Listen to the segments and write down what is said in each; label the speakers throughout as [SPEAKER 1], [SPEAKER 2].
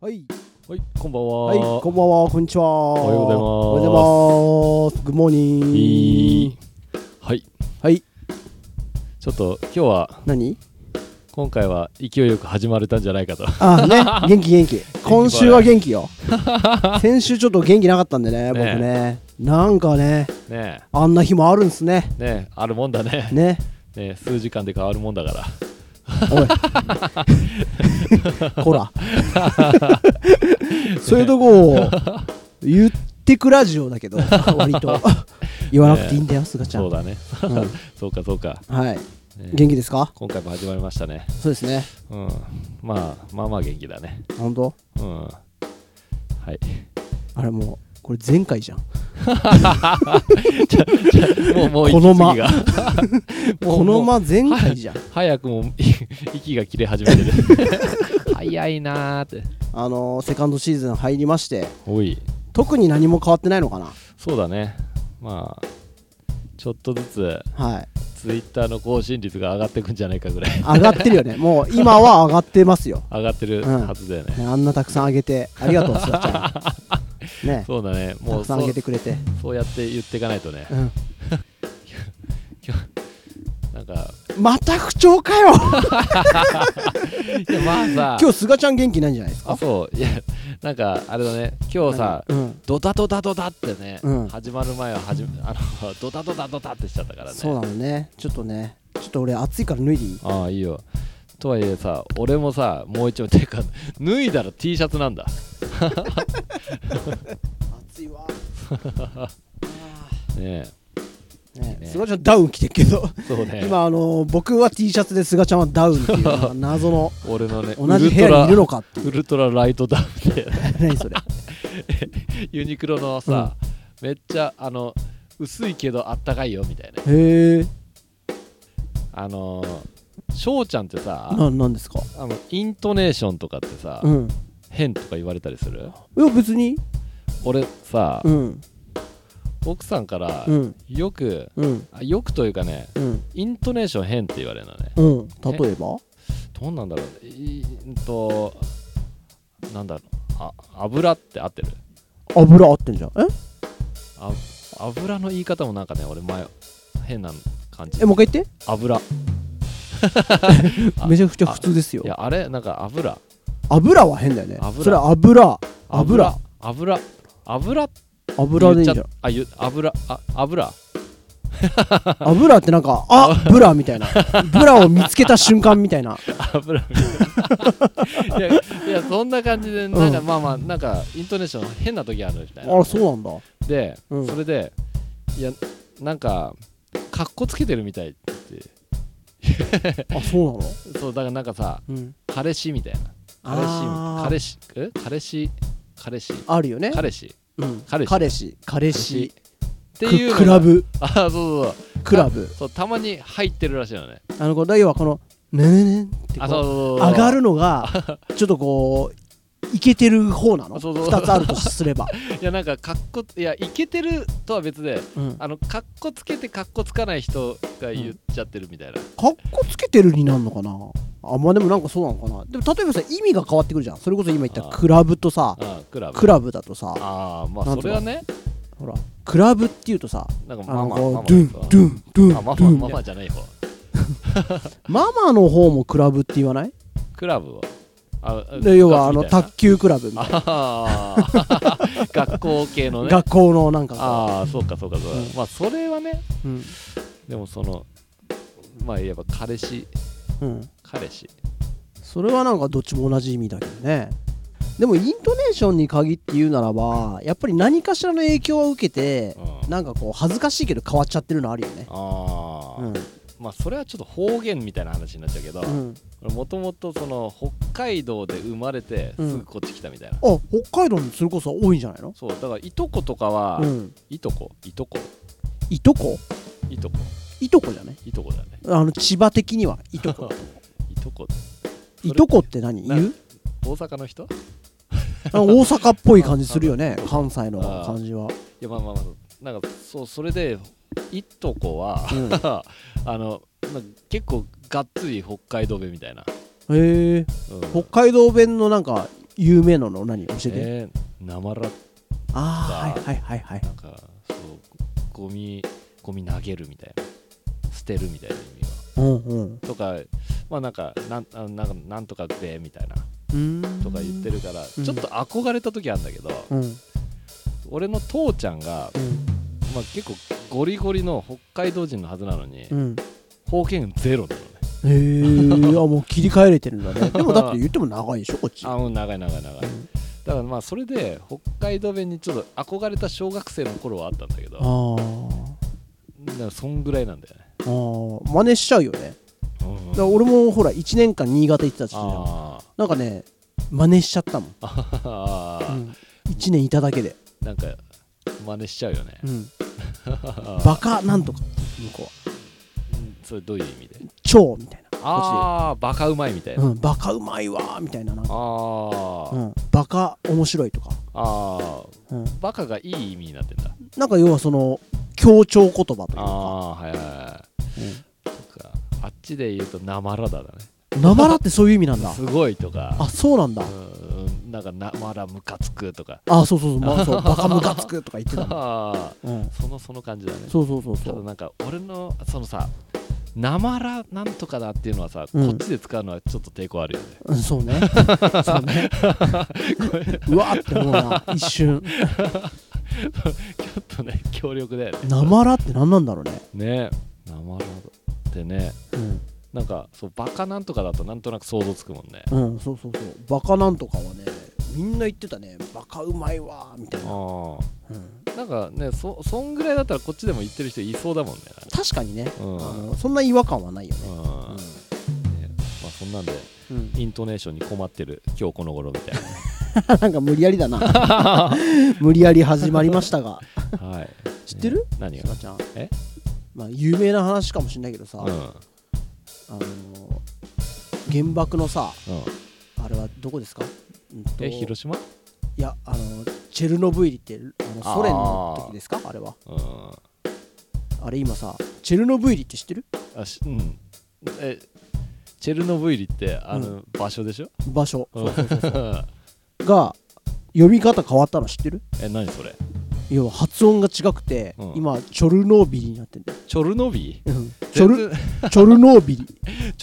[SPEAKER 1] はい、
[SPEAKER 2] はい、こんばんは。
[SPEAKER 1] はい、こんばんは、こんにちは。お
[SPEAKER 2] はようございます
[SPEAKER 1] おはようございます。グッモーニング。
[SPEAKER 2] いいはい、
[SPEAKER 1] はい、
[SPEAKER 2] ちょっと今日は、
[SPEAKER 1] 何
[SPEAKER 2] 今回は勢いよく始まれたんじゃないかと。
[SPEAKER 1] あ、ね、元気 元気。今週は元気よ。 先週ちょっと元気なかったんでね、僕ね。なんか ね、
[SPEAKER 2] ね
[SPEAKER 1] あんな日もあるんすね。
[SPEAKER 2] え、ねえ、あるもんだね。
[SPEAKER 1] ね、
[SPEAKER 2] ねえ数時間で変わるもんだから。
[SPEAKER 1] おい。 ほら。そういうとこを言ってくラジオだけど、割 と。言わなくていいんだよ、すがちゃん。
[SPEAKER 2] そうだね。
[SPEAKER 1] うん
[SPEAKER 2] そうか、そうか。
[SPEAKER 1] はい。
[SPEAKER 2] ねえ
[SPEAKER 1] 元気ですか
[SPEAKER 2] 今回も始まりましたね。
[SPEAKER 1] そうですね。
[SPEAKER 2] うん。まあ、まあまあ元気だね。
[SPEAKER 1] 本当
[SPEAKER 2] うん。はい。
[SPEAKER 1] あれもう、これ前回 じゃん。
[SPEAKER 2] もう、もう
[SPEAKER 1] この間
[SPEAKER 2] 息継ぎがもう
[SPEAKER 1] この
[SPEAKER 2] もう
[SPEAKER 1] 間前 回じゃん。
[SPEAKER 2] 早くもう息が切れ始め てる。早いなーって。
[SPEAKER 1] あのーセカンドシーズン入りまして、
[SPEAKER 2] おい。
[SPEAKER 1] 特に何も変わってないのかな。
[SPEAKER 2] そうだねまあちょっとずつ
[SPEAKER 1] はい。
[SPEAKER 2] ツイッターの更新率が上がってくんじゃないかぐら い
[SPEAKER 1] 上がって るよね。もう今は上がってますよ。
[SPEAKER 2] 上がってる
[SPEAKER 1] うん
[SPEAKER 2] はずだよね、
[SPEAKER 1] ねあんなたくさん上げて、ありがとう、すがちゃ ん。ね、
[SPEAKER 2] そうだね
[SPEAKER 1] た
[SPEAKER 2] もう
[SPEAKER 1] くさ
[SPEAKER 2] そ
[SPEAKER 1] ん上
[SPEAKER 2] う
[SPEAKER 1] げてくれて。
[SPEAKER 2] そうやって言っていかないとね
[SPEAKER 1] うん、
[SPEAKER 2] なんか
[SPEAKER 1] また不調か よ
[SPEAKER 2] いや まあさ
[SPEAKER 1] 今日すがちゃん元気ないんじゃないです
[SPEAKER 2] あ
[SPEAKER 1] か
[SPEAKER 2] そういやなんかあれだね今日さ
[SPEAKER 1] うん、
[SPEAKER 2] ドタドタドタってね、
[SPEAKER 1] うん
[SPEAKER 2] 始まる前ははじあのドタドタドタってしちゃったからね
[SPEAKER 1] そうなのねちょっとねちょっと俺暑いから脱いでい い
[SPEAKER 2] ああいいよとはいえさ俺もさもう一枚てか脱いだら T シャツなんだ
[SPEAKER 1] 暑いわ
[SPEAKER 2] ね
[SPEAKER 1] ね
[SPEAKER 2] ね
[SPEAKER 1] すがちゃんダウン着てるけど
[SPEAKER 2] えそうね
[SPEAKER 1] 今あのー僕は T シャツですがちゃんはダウンってい うなんか謎の
[SPEAKER 2] 俺のね
[SPEAKER 1] 同じ部屋にいるのかっていう
[SPEAKER 2] ウルトラライトダウンで
[SPEAKER 1] 何それ
[SPEAKER 2] ユニクロのさ、めっちゃあの薄いけどあったかいよみたいな
[SPEAKER 1] へえ
[SPEAKER 2] あのー翔ちゃんってさ
[SPEAKER 1] ななんですか
[SPEAKER 2] あのイントネーションとかってさ、
[SPEAKER 1] うん
[SPEAKER 2] 変とか言われたりする
[SPEAKER 1] いや別に
[SPEAKER 2] 俺さ、
[SPEAKER 1] うん
[SPEAKER 2] 奥さんから
[SPEAKER 1] うん
[SPEAKER 2] よく、
[SPEAKER 1] うん
[SPEAKER 2] あよくというかね
[SPEAKER 1] うん
[SPEAKER 2] イントネーション変って言われるのね
[SPEAKER 1] うん例えば
[SPEAKER 2] どうなんだろういうんとなんだろうあ油って合ってる
[SPEAKER 1] 油合ってんじゃんえ
[SPEAKER 2] あ油の言い方もなんかね俺前変な感じ
[SPEAKER 1] えもう一回言って
[SPEAKER 2] 油あ
[SPEAKER 1] めちゃくちゃ普通ですよ
[SPEAKER 2] いやあれなんか油
[SPEAKER 1] 油は変だよね
[SPEAKER 2] 油
[SPEAKER 1] それは油油
[SPEAKER 2] 油油って
[SPEAKER 1] 油でいいんじゃん
[SPEAKER 2] 言っちゃあゆ油あ油
[SPEAKER 1] 油ってなんかあブラみたいなブラを見つけた瞬間みた いな
[SPEAKER 2] 油いやいやそんな感じでなんか、
[SPEAKER 1] う
[SPEAKER 2] まあまあなんかイントネーション変な時あるみたいな
[SPEAKER 1] あそうなんだ
[SPEAKER 2] で、
[SPEAKER 1] うん
[SPEAKER 2] それでいやなんかかっこつけてるみたいって
[SPEAKER 1] あそうなの
[SPEAKER 2] そうだからなんかさ
[SPEAKER 1] うん
[SPEAKER 2] 彼氏みたいな
[SPEAKER 1] あー
[SPEAKER 2] 彼氏彼氏え彼氏彼氏
[SPEAKER 1] あるよね
[SPEAKER 2] 彼氏っ
[SPEAKER 1] うん
[SPEAKER 2] 彼氏
[SPEAKER 1] 彼氏彼
[SPEAKER 2] 氏
[SPEAKER 1] 氏
[SPEAKER 2] ていうの
[SPEAKER 1] ク
[SPEAKER 2] が
[SPEAKER 1] クラブ
[SPEAKER 2] あそうそうそう
[SPEAKER 1] クラブ
[SPEAKER 2] そうたまに入ってるらしいのね
[SPEAKER 1] あのこう要はこのねねねんってこ
[SPEAKER 2] あ
[SPEAKER 1] う
[SPEAKER 2] そうそうそう
[SPEAKER 1] 上がる のがちょっとこういけてる方なの
[SPEAKER 2] そうそう
[SPEAKER 1] 2つあると すれば、
[SPEAKER 2] いやなんかかっこいやいけてるとは別で
[SPEAKER 1] うんか
[SPEAKER 2] あのかっこつけてかっこつかない人が言っちゃってるみたいな、
[SPEAKER 1] っこつけてるになるのかなあまあでもなんかそうなのかなでも例えばさ意味が変わってくるじゃんそれこそ今言った
[SPEAKER 2] あー
[SPEAKER 1] クラブとさ
[SPEAKER 2] ああクラブ
[SPEAKER 1] クラブだとさ
[SPEAKER 2] ああま
[SPEAKER 1] な
[SPEAKER 2] あ
[SPEAKER 1] ん
[SPEAKER 2] そ
[SPEAKER 1] とか
[SPEAKER 2] れはね
[SPEAKER 1] ほらクラブっていうとさ
[SPEAKER 2] なんかマ
[SPEAKER 1] あの
[SPEAKER 2] マ
[SPEAKER 1] こ
[SPEAKER 2] マ
[SPEAKER 1] う
[SPEAKER 2] マ
[SPEAKER 1] ドゥンドゥンドゥン
[SPEAKER 2] あマ
[SPEAKER 1] ド
[SPEAKER 2] マ
[SPEAKER 1] ゥンみ
[SPEAKER 2] マ
[SPEAKER 1] たいな
[SPEAKER 2] マじゃない方
[SPEAKER 1] ママの方もクラブって言わない
[SPEAKER 2] クラブはああ
[SPEAKER 1] で要はあの
[SPEAKER 2] 部活みたいな
[SPEAKER 1] 卓球クラブみたいな
[SPEAKER 2] ああ学校系のね
[SPEAKER 1] 学校のなんかさ
[SPEAKER 2] ああそうかそうかそうか、
[SPEAKER 1] うん
[SPEAKER 2] まあそれはね
[SPEAKER 1] うん
[SPEAKER 2] でもそのまあ言えば彼氏
[SPEAKER 1] うん
[SPEAKER 2] 彼氏
[SPEAKER 1] それはなんかどっちも同じ意味だけどねでもイントネーションに限って言うならばやっぱり何かしらの影響を受けて
[SPEAKER 2] うん
[SPEAKER 1] なんかこう恥ずかしいけど変わっちゃってるのあるよね
[SPEAKER 2] ああ、
[SPEAKER 1] うん
[SPEAKER 2] まあそれはちょっと方言みたいな話になっちゃうけど、
[SPEAKER 1] うん
[SPEAKER 2] もともとその北海道で生まれて
[SPEAKER 1] うん
[SPEAKER 2] すぐこっち来たみたいな、
[SPEAKER 1] あ北海道にそれこそ多いんじゃないの
[SPEAKER 2] そうだからいとことかは、
[SPEAKER 1] うん
[SPEAKER 2] いとこいとこ
[SPEAKER 1] いとこ
[SPEAKER 2] いとこ
[SPEAKER 1] いとこじゃない
[SPEAKER 2] いとこだね
[SPEAKER 1] あの千葉的にはい とこ
[SPEAKER 2] いとこ
[SPEAKER 1] いとこって何
[SPEAKER 2] な
[SPEAKER 1] 言う
[SPEAKER 2] 大阪の人い
[SPEAKER 1] あの大阪っぽい感じするよね関西の感じは
[SPEAKER 2] やまあまあまあなんかそうそれでいとこは、
[SPEAKER 1] うん
[SPEAKER 2] あのなんか結構がっつり北海道弁みたいな、
[SPEAKER 1] へえ
[SPEAKER 2] うん
[SPEAKER 1] 北海道弁のなんか有名なの何教えて、
[SPEAKER 2] えー、なまら
[SPEAKER 1] ああはいはいはいはい
[SPEAKER 2] なんかそうゴミゴミ投げるみたいな捨てるみたいな意味
[SPEAKER 1] うんうん
[SPEAKER 2] がとかまあなんかなんあなんかなんとかでみたいな
[SPEAKER 1] うーん
[SPEAKER 2] とか言ってるから、
[SPEAKER 1] うん
[SPEAKER 2] ちょっと憧れた時あるんだけど、
[SPEAKER 1] うん
[SPEAKER 2] 俺の父ちゃんが、まあ、結構ゴリゴリの北海道人のはずなのに、
[SPEAKER 1] うんうん
[SPEAKER 2] 方言ゼロなのね
[SPEAKER 1] へえあもう切り替えれてるんだ ねでもだって言っても長いでしょこっち
[SPEAKER 2] あうん長い長い長い、
[SPEAKER 1] うん
[SPEAKER 2] だからまあそれで北海道弁にちょっと憧れた小学生の頃はあったんだけど
[SPEAKER 1] あー
[SPEAKER 2] だからそんぐらいなんだよね、
[SPEAKER 1] あー真似しちゃうよね
[SPEAKER 2] うん
[SPEAKER 1] だから俺もほら1年間新潟行ってた時期だよ
[SPEAKER 2] あー
[SPEAKER 1] なんかね真似しちゃったもん、
[SPEAKER 2] あー、
[SPEAKER 1] 1年いただけで、
[SPEAKER 2] なんか真似しちゃうよね、
[SPEAKER 1] うん、バカなんとか向こうは
[SPEAKER 2] それどういう意味で
[SPEAKER 1] 超みたいなこ
[SPEAKER 2] ああバカうまいみたい
[SPEAKER 1] っちで、
[SPEAKER 2] な、あ
[SPEAKER 1] うん、バカうまいわーみたいななんか、
[SPEAKER 2] あ、
[SPEAKER 1] うん、バカ面白いとか、
[SPEAKER 2] ああ
[SPEAKER 1] うん、
[SPEAKER 2] バカがいい意味になってんだ
[SPEAKER 1] なんか要はその強調言葉という
[SPEAKER 2] あ
[SPEAKER 1] か、
[SPEAKER 2] あはいはいはいそっかあっちで言うとなまらだだね
[SPEAKER 1] うん、なまらってそういう意味なんだ
[SPEAKER 2] すごいとか
[SPEAKER 1] あそうなんだ
[SPEAKER 2] うんなんかなまだムカつくとか
[SPEAKER 1] あそうそうそう,、ま あ、そうバカムカつくとか言ってたも
[SPEAKER 2] あ
[SPEAKER 1] ん、うん、
[SPEAKER 2] ーそのその感じだね
[SPEAKER 1] そうそうそうそ
[SPEAKER 2] ただ
[SPEAKER 1] う
[SPEAKER 2] なんか俺のそのさなまらなんとかだっていうのはさ、
[SPEAKER 1] うん
[SPEAKER 2] こっちで使うのはちょっと抵抗あるよね
[SPEAKER 1] うんそ うねそうねうわーって思うな一瞬
[SPEAKER 2] ちょっとね 強力だよね
[SPEAKER 1] なまらって何なんだろうね、
[SPEAKER 2] ねなまらってね
[SPEAKER 1] うん
[SPEAKER 2] なんかそうバカなんとかだとなんとなく想像つくもんね
[SPEAKER 1] うん、そうそうそう。バカなんとかはね、みんな言ってたね、バカうまいわーみたいな。
[SPEAKER 2] あ
[SPEAKER 1] うん
[SPEAKER 2] あなんかねそそんぐらいだったらこっちでも言ってる人いそうだもんね
[SPEAKER 1] 確かにね、
[SPEAKER 2] うん
[SPEAKER 1] あのそんな違和感はないよ
[SPEAKER 2] う
[SPEAKER 1] ね。
[SPEAKER 2] ん、ねまあそんなんで
[SPEAKER 1] うん
[SPEAKER 2] イントネーションに困ってる今日この頃みたい
[SPEAKER 1] なんか無理やりだな。 無理やり始まりましたが。
[SPEAKER 2] なはい
[SPEAKER 1] 知ってる
[SPEAKER 2] ね何
[SPEAKER 1] し
[SPEAKER 2] が
[SPEAKER 1] ばちゃん。
[SPEAKER 2] え
[SPEAKER 1] まあ、有名な話かもしれないけどさ、
[SPEAKER 2] うんう
[SPEAKER 1] あのー原爆のさ、
[SPEAKER 2] ん
[SPEAKER 1] あれはどこですか、うんと
[SPEAKER 2] え広島
[SPEAKER 1] いや、あのチェルノブイリってあのソ連の時ですかあれは。
[SPEAKER 2] うん
[SPEAKER 1] あれ今さ、チェルノブイリって知ってる
[SPEAKER 2] あしうんえチェルノブイリってあの場所でしょ、
[SPEAKER 1] 場所
[SPEAKER 2] うん、
[SPEAKER 1] が呼び方変わったの知ってる
[SPEAKER 2] え何それ
[SPEAKER 1] 要は発音が違くて、
[SPEAKER 2] うん
[SPEAKER 1] 今チョルノービリになってんだよ、
[SPEAKER 2] チョルノビ
[SPEAKER 1] チョルチョルノービリ
[SPEAKER 2] チ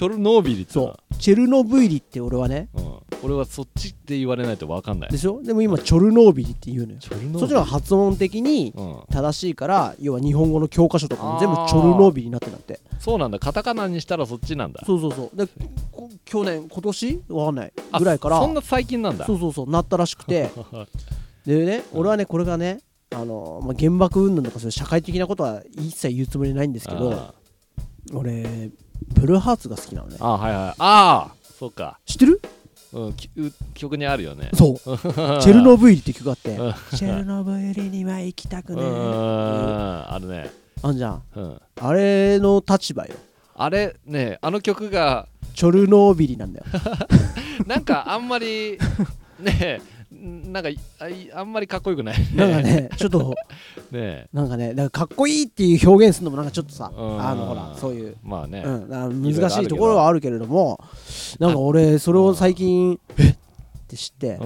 [SPEAKER 2] ョルノービリって言う
[SPEAKER 1] そ
[SPEAKER 2] な
[SPEAKER 1] うチェルノブイリって俺はね
[SPEAKER 2] うん、俺はそっちで言われないと分かんない
[SPEAKER 1] でしょでも今チョルノービリって言うのよ
[SPEAKER 2] チョルノービリ
[SPEAKER 1] そっちの方が発音的に
[SPEAKER 2] うん、
[SPEAKER 1] 正しいから要は日本語の教科書とかも全部チョルノービリになってんだって
[SPEAKER 2] そうなんだカタカナにしたらそっちなんだ
[SPEAKER 1] そうそうそうでこ去年今年わかんない
[SPEAKER 2] あ
[SPEAKER 1] ぐらいから
[SPEAKER 2] そんな最近なんだ
[SPEAKER 1] そうそうそうなったらし くてでね俺はねこれがねあの、まあ、原爆云々とかそういう社会的なことは一切言うつもりないんですけど
[SPEAKER 2] あ
[SPEAKER 1] 俺ブルーハーツが好きなのね
[SPEAKER 2] ーあーはいはいああそうか、
[SPEAKER 1] 知ってる
[SPEAKER 2] うん、きう曲にあるよね
[SPEAKER 1] そうチェルノブイリって曲があって
[SPEAKER 2] うん
[SPEAKER 1] 「チェルノブイリには行きたく
[SPEAKER 2] う
[SPEAKER 1] ね
[SPEAKER 2] ん
[SPEAKER 1] え」
[SPEAKER 2] あるね、
[SPEAKER 1] あんじゃん
[SPEAKER 2] うん、
[SPEAKER 1] あれの立場よ
[SPEAKER 2] あれねあの曲が
[SPEAKER 1] チョルノービリなんだよ
[SPEAKER 2] なんかあんま りねえなんかいあいあんまりかっこよく ない
[SPEAKER 1] なんか
[SPEAKER 2] ね
[SPEAKER 1] ねちょっと
[SPEAKER 2] ねえ
[SPEAKER 1] なんかねなんかかっこいいっていう表現するのもなんかちょっとさ
[SPEAKER 2] うん
[SPEAKER 1] あのほらそういう、
[SPEAKER 2] まあね、
[SPEAKER 1] うん、なんか難しいところはあるけれど
[SPEAKER 2] ろ
[SPEAKER 1] もない
[SPEAKER 2] ろあるけど
[SPEAKER 1] んか俺それを最近えっって知って
[SPEAKER 2] う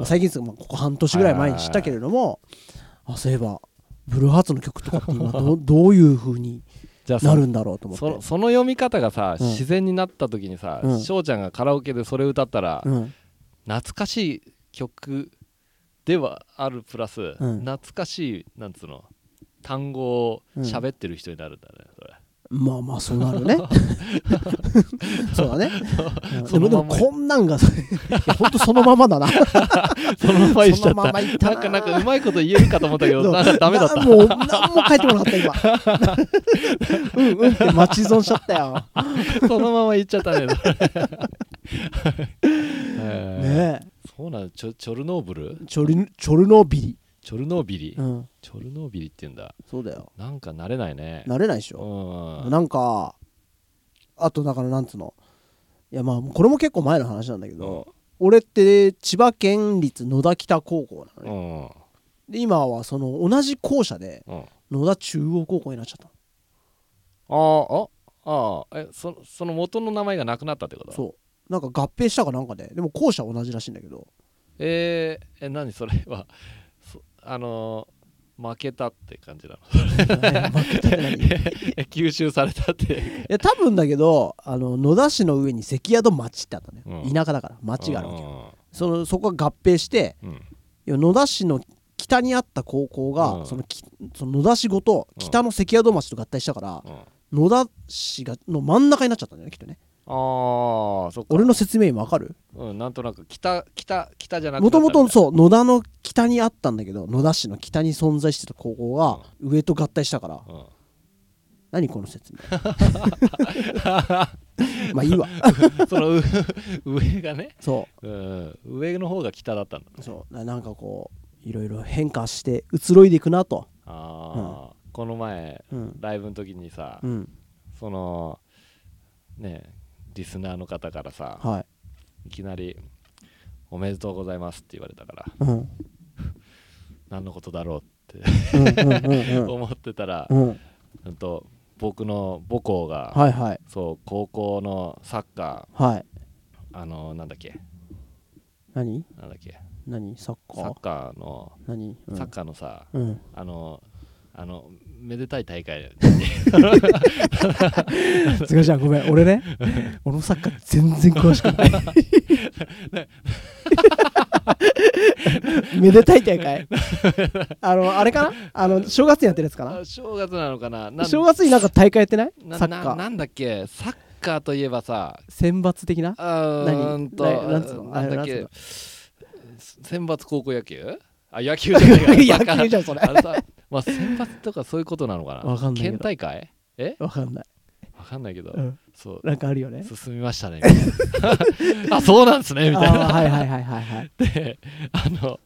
[SPEAKER 2] ん
[SPEAKER 1] 最近っつうかまあここ半年ぐらい前に知ったけれどもあそういえばブルーハーツの曲とかって今 どどういう風に
[SPEAKER 2] じゃあそ
[SPEAKER 1] なるんだろうと思
[SPEAKER 2] その
[SPEAKER 1] って。
[SPEAKER 2] その読み方がさ、
[SPEAKER 1] うん
[SPEAKER 2] 自然になった時にさ
[SPEAKER 1] うん
[SPEAKER 2] 翔、ちゃんがカラオケでそれ歌ったら、
[SPEAKER 1] うん、
[SPEAKER 2] 懐かしい曲ではあるプラス、
[SPEAKER 1] うん
[SPEAKER 2] 懐かしいなんつうの単語を喋ってる人になるんだね、それ
[SPEAKER 1] まあまあそうなるねそうだね、うん
[SPEAKER 2] その
[SPEAKER 1] で
[SPEAKER 2] ま
[SPEAKER 1] も
[SPEAKER 2] んま
[SPEAKER 1] でもこんなんがいやほんとそのまま だなそ
[SPEAKER 2] そのまま言っちゃ
[SPEAKER 1] の
[SPEAKER 2] った
[SPEAKER 1] ままいった
[SPEAKER 2] なんかなんかうまいこと言えるかと思ったけ どなんかダメだった
[SPEAKER 1] なもう何も書いてこなかっ た今うんうんって待ち損しちゃったよ
[SPEAKER 2] そのまま言っちゃった ねそれ え
[SPEAKER 1] ね
[SPEAKER 2] ーそうなのチョチョルノーブル
[SPEAKER 1] えチョルチョルノービリ、
[SPEAKER 2] チョルノービリ、
[SPEAKER 1] うん、
[SPEAKER 2] チョルノービリって言うんだ
[SPEAKER 1] そうだよ
[SPEAKER 2] なんか慣れないね
[SPEAKER 1] 慣れないでしょ
[SPEAKER 2] うん
[SPEAKER 1] なんかあとだからなんつうのいやまあこれも結構前の話なんだけど、俺って千葉県立野田北高校な
[SPEAKER 2] う
[SPEAKER 1] のね、
[SPEAKER 2] ん
[SPEAKER 1] で今はその同じ校舎で
[SPEAKER 2] うん
[SPEAKER 1] 野田中央高校になっちゃった
[SPEAKER 2] あーああーえそその元の名前がなくなったってこと
[SPEAKER 1] のそうなんか合併したかなんかで、でも校舎は同じらしいんだけど
[SPEAKER 2] えー、え何それはそあのー負けたって感じなの
[SPEAKER 1] 負けたって何い
[SPEAKER 2] え吸収された って
[SPEAKER 1] や多分だけどあの野田市の上に関宿町ってあったね、
[SPEAKER 2] うん
[SPEAKER 1] 田舎だから町があるわけよ
[SPEAKER 2] よ
[SPEAKER 1] そのそこが合併して
[SPEAKER 2] うん
[SPEAKER 1] いや野田市の北にあった高校が、
[SPEAKER 2] うん
[SPEAKER 1] そのきその野田市ごと北の関宿町と合体したから、
[SPEAKER 2] うんあ
[SPEAKER 1] 野田市がの真ん中になっちゃったんだよねきっとね
[SPEAKER 2] あそっか
[SPEAKER 1] 俺の説明今わかる
[SPEAKER 2] うん、なんとなく北北北じゃなくな
[SPEAKER 1] も
[SPEAKER 2] った
[SPEAKER 1] ともと
[SPEAKER 2] みたい
[SPEAKER 1] そう野田の北にあったんだけど野田市の北に存在してた高校が上と合体したから、
[SPEAKER 2] なうん
[SPEAKER 1] 何この説 明まあいいわ
[SPEAKER 2] そのう 上がね、
[SPEAKER 1] そ
[SPEAKER 2] うん、上の方が北だったんだ
[SPEAKER 1] うそうななんかこういろいろ変化して移ろいでいくなと
[SPEAKER 2] ああ、この前
[SPEAKER 1] うん
[SPEAKER 2] ライブの時にさ、
[SPEAKER 1] うん
[SPEAKER 2] そのねリスナーの方からさ
[SPEAKER 1] はい
[SPEAKER 2] いきなり「おめでとうございます」って言われたから
[SPEAKER 1] うんうん
[SPEAKER 2] 何のことだろうって
[SPEAKER 1] うん
[SPEAKER 2] 思ってたら、
[SPEAKER 1] うんうん
[SPEAKER 2] うんと僕の母校が、
[SPEAKER 1] はいはい
[SPEAKER 2] そう高校のサッカ
[SPEAKER 1] はい
[SPEAKER 2] ーあのなんだっけ
[SPEAKER 1] 何
[SPEAKER 2] なんだっけ
[SPEAKER 1] 何サッカ
[SPEAKER 2] サ
[SPEAKER 1] ー
[SPEAKER 2] ッカーの、
[SPEAKER 1] 何うん
[SPEAKER 2] サッカーのさ
[SPEAKER 1] うん
[SPEAKER 2] あのあのめでたい大会
[SPEAKER 1] すがちゃんごめん俺ね俺のサッカー全然詳しくない めでたい大会あのあれかなあの正月にやってるやつかな
[SPEAKER 2] あ正月なのかななん
[SPEAKER 1] 正月になんか大会やってない
[SPEAKER 2] な
[SPEAKER 1] サッ
[SPEAKER 2] な
[SPEAKER 1] カー
[SPEAKER 2] なんだっけサッカーといえばさ
[SPEAKER 1] 選抜的な
[SPEAKER 2] うーんと
[SPEAKER 1] ななんつうのあ
[SPEAKER 2] なんだっ
[SPEAKER 1] なんつう
[SPEAKER 2] け
[SPEAKER 1] の
[SPEAKER 2] 選抜高校野球あ野球じゃない
[SPEAKER 1] 野球じゃんそれ
[SPEAKER 2] あのさ、まあ、選抜とかそういうことなのかな
[SPEAKER 1] わかんないけど
[SPEAKER 2] 県大会え
[SPEAKER 1] わかんない、
[SPEAKER 2] わかんないけど、
[SPEAKER 1] うん、
[SPEAKER 2] そう
[SPEAKER 1] なんかあるよね
[SPEAKER 2] 進みましたねみたい なあそうなんですねみたいな
[SPEAKER 1] あーはいはいはいはいはい、
[SPEAKER 2] であの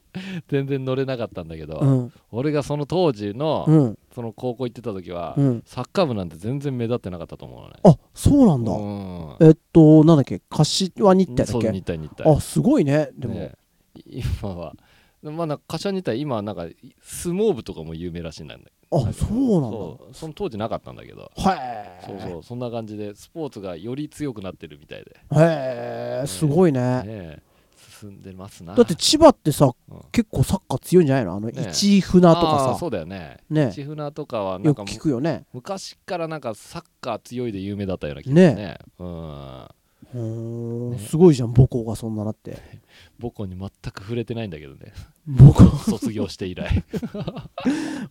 [SPEAKER 2] 全然乗れなかったんだけど、
[SPEAKER 1] うん
[SPEAKER 2] 俺がその当時の、
[SPEAKER 1] うん
[SPEAKER 2] その高校行ってた時は、
[SPEAKER 1] うん、
[SPEAKER 2] サッカー部なんて全然目立ってなかったと思うのね
[SPEAKER 1] あそうなんだ、
[SPEAKER 2] うん
[SPEAKER 1] えっとなんだっけ柏日体だ
[SPEAKER 2] そ
[SPEAKER 1] っ
[SPEAKER 2] う
[SPEAKER 1] け
[SPEAKER 2] 日体日体
[SPEAKER 1] あすごいねでも、
[SPEAKER 2] ね今はまあなんか柏日体今はなんか相撲部とかも有名らしいんだけど
[SPEAKER 1] あそうなんだ
[SPEAKER 2] そうその当時なかったんだけど
[SPEAKER 1] へえ
[SPEAKER 2] そうそうそんな感じでスポーツがより強くなってるみたいで、
[SPEAKER 1] へえすごいね
[SPEAKER 2] ねえ、進んでますな
[SPEAKER 1] だって千葉ってさ、
[SPEAKER 2] うん
[SPEAKER 1] 結構サッカー強いんじゃないのあの
[SPEAKER 2] ね
[SPEAKER 1] 市船と
[SPEAKER 2] あ
[SPEAKER 1] か
[SPEAKER 2] ー
[SPEAKER 1] さ、
[SPEAKER 2] そうだよね
[SPEAKER 1] ね
[SPEAKER 2] 千船とかはなん
[SPEAKER 1] よ
[SPEAKER 2] か
[SPEAKER 1] く
[SPEAKER 2] む
[SPEAKER 1] 聞くよね
[SPEAKER 2] 昔からなんかサッカー強いで有名だったような気がするねうん
[SPEAKER 1] うーん
[SPEAKER 2] ね
[SPEAKER 1] すごいじゃん母校がそんなだって
[SPEAKER 2] 母校に全く触れてないんだけど ね
[SPEAKER 1] 母校
[SPEAKER 2] 卒業して以来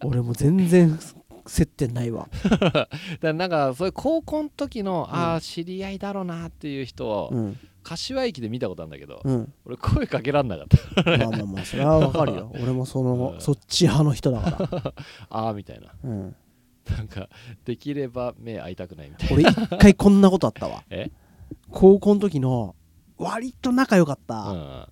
[SPEAKER 1] 俺も全然接点ないわ
[SPEAKER 2] だからなんかそういう高校の時の、ああ知り合いだろうなっていう人を、
[SPEAKER 1] うん
[SPEAKER 2] 柏駅で見たことあるんだけど、
[SPEAKER 1] うん
[SPEAKER 2] 俺声かけらんなかった
[SPEAKER 1] まあまあまあそれはわかるよ俺もそのそっち派の人だから
[SPEAKER 2] ああみたいな
[SPEAKER 1] うん
[SPEAKER 2] なんかできれば目開いたくないみたいな
[SPEAKER 1] 俺一回こんなことあったわ
[SPEAKER 2] え
[SPEAKER 1] 高校の時の割と仲良かった、
[SPEAKER 2] うん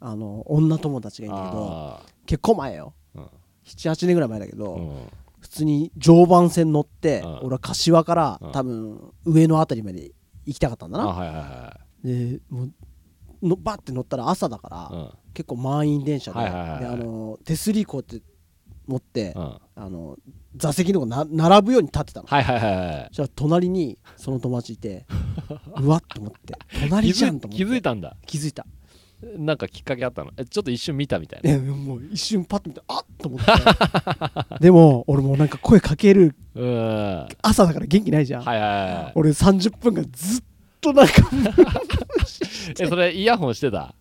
[SPEAKER 1] あの女友達がいるんだけど
[SPEAKER 2] あ
[SPEAKER 1] 結構前よ
[SPEAKER 2] ー
[SPEAKER 1] 78年ぐらい前だけど、
[SPEAKER 2] うんうん
[SPEAKER 1] 普通に常磐線乗って、
[SPEAKER 2] うん
[SPEAKER 1] 俺は柏から、
[SPEAKER 2] うん
[SPEAKER 1] 多分上の辺りまで行きたかったんだ
[SPEAKER 2] あ
[SPEAKER 1] な、
[SPEAKER 2] はいはいは
[SPEAKER 1] でもうのバッて乗ったら朝だから、
[SPEAKER 2] いうん
[SPEAKER 1] 結構満員電車で,、
[SPEAKER 2] はいはいはいはい
[SPEAKER 1] であの手すりこうやって持って、
[SPEAKER 2] うん
[SPEAKER 1] あの座席のとこな並ぶように立ってたの、
[SPEAKER 2] はいはいはいはい
[SPEAKER 1] そしたら隣にその友達い てうわっと思って隣じゃんと思って
[SPEAKER 2] 気づいたんだ
[SPEAKER 1] 気づいた
[SPEAKER 2] なんかきっかけあったのえちょっと一瞬見たみたいな
[SPEAKER 1] でもう一瞬パッと見てあっと思ってでも俺もうなんか声かける
[SPEAKER 2] うーん
[SPEAKER 1] 朝だから元気ないじゃん、
[SPEAKER 2] はいはいはい
[SPEAKER 1] 俺30分間ずっとなんか
[SPEAKER 2] えそれイヤホンしてた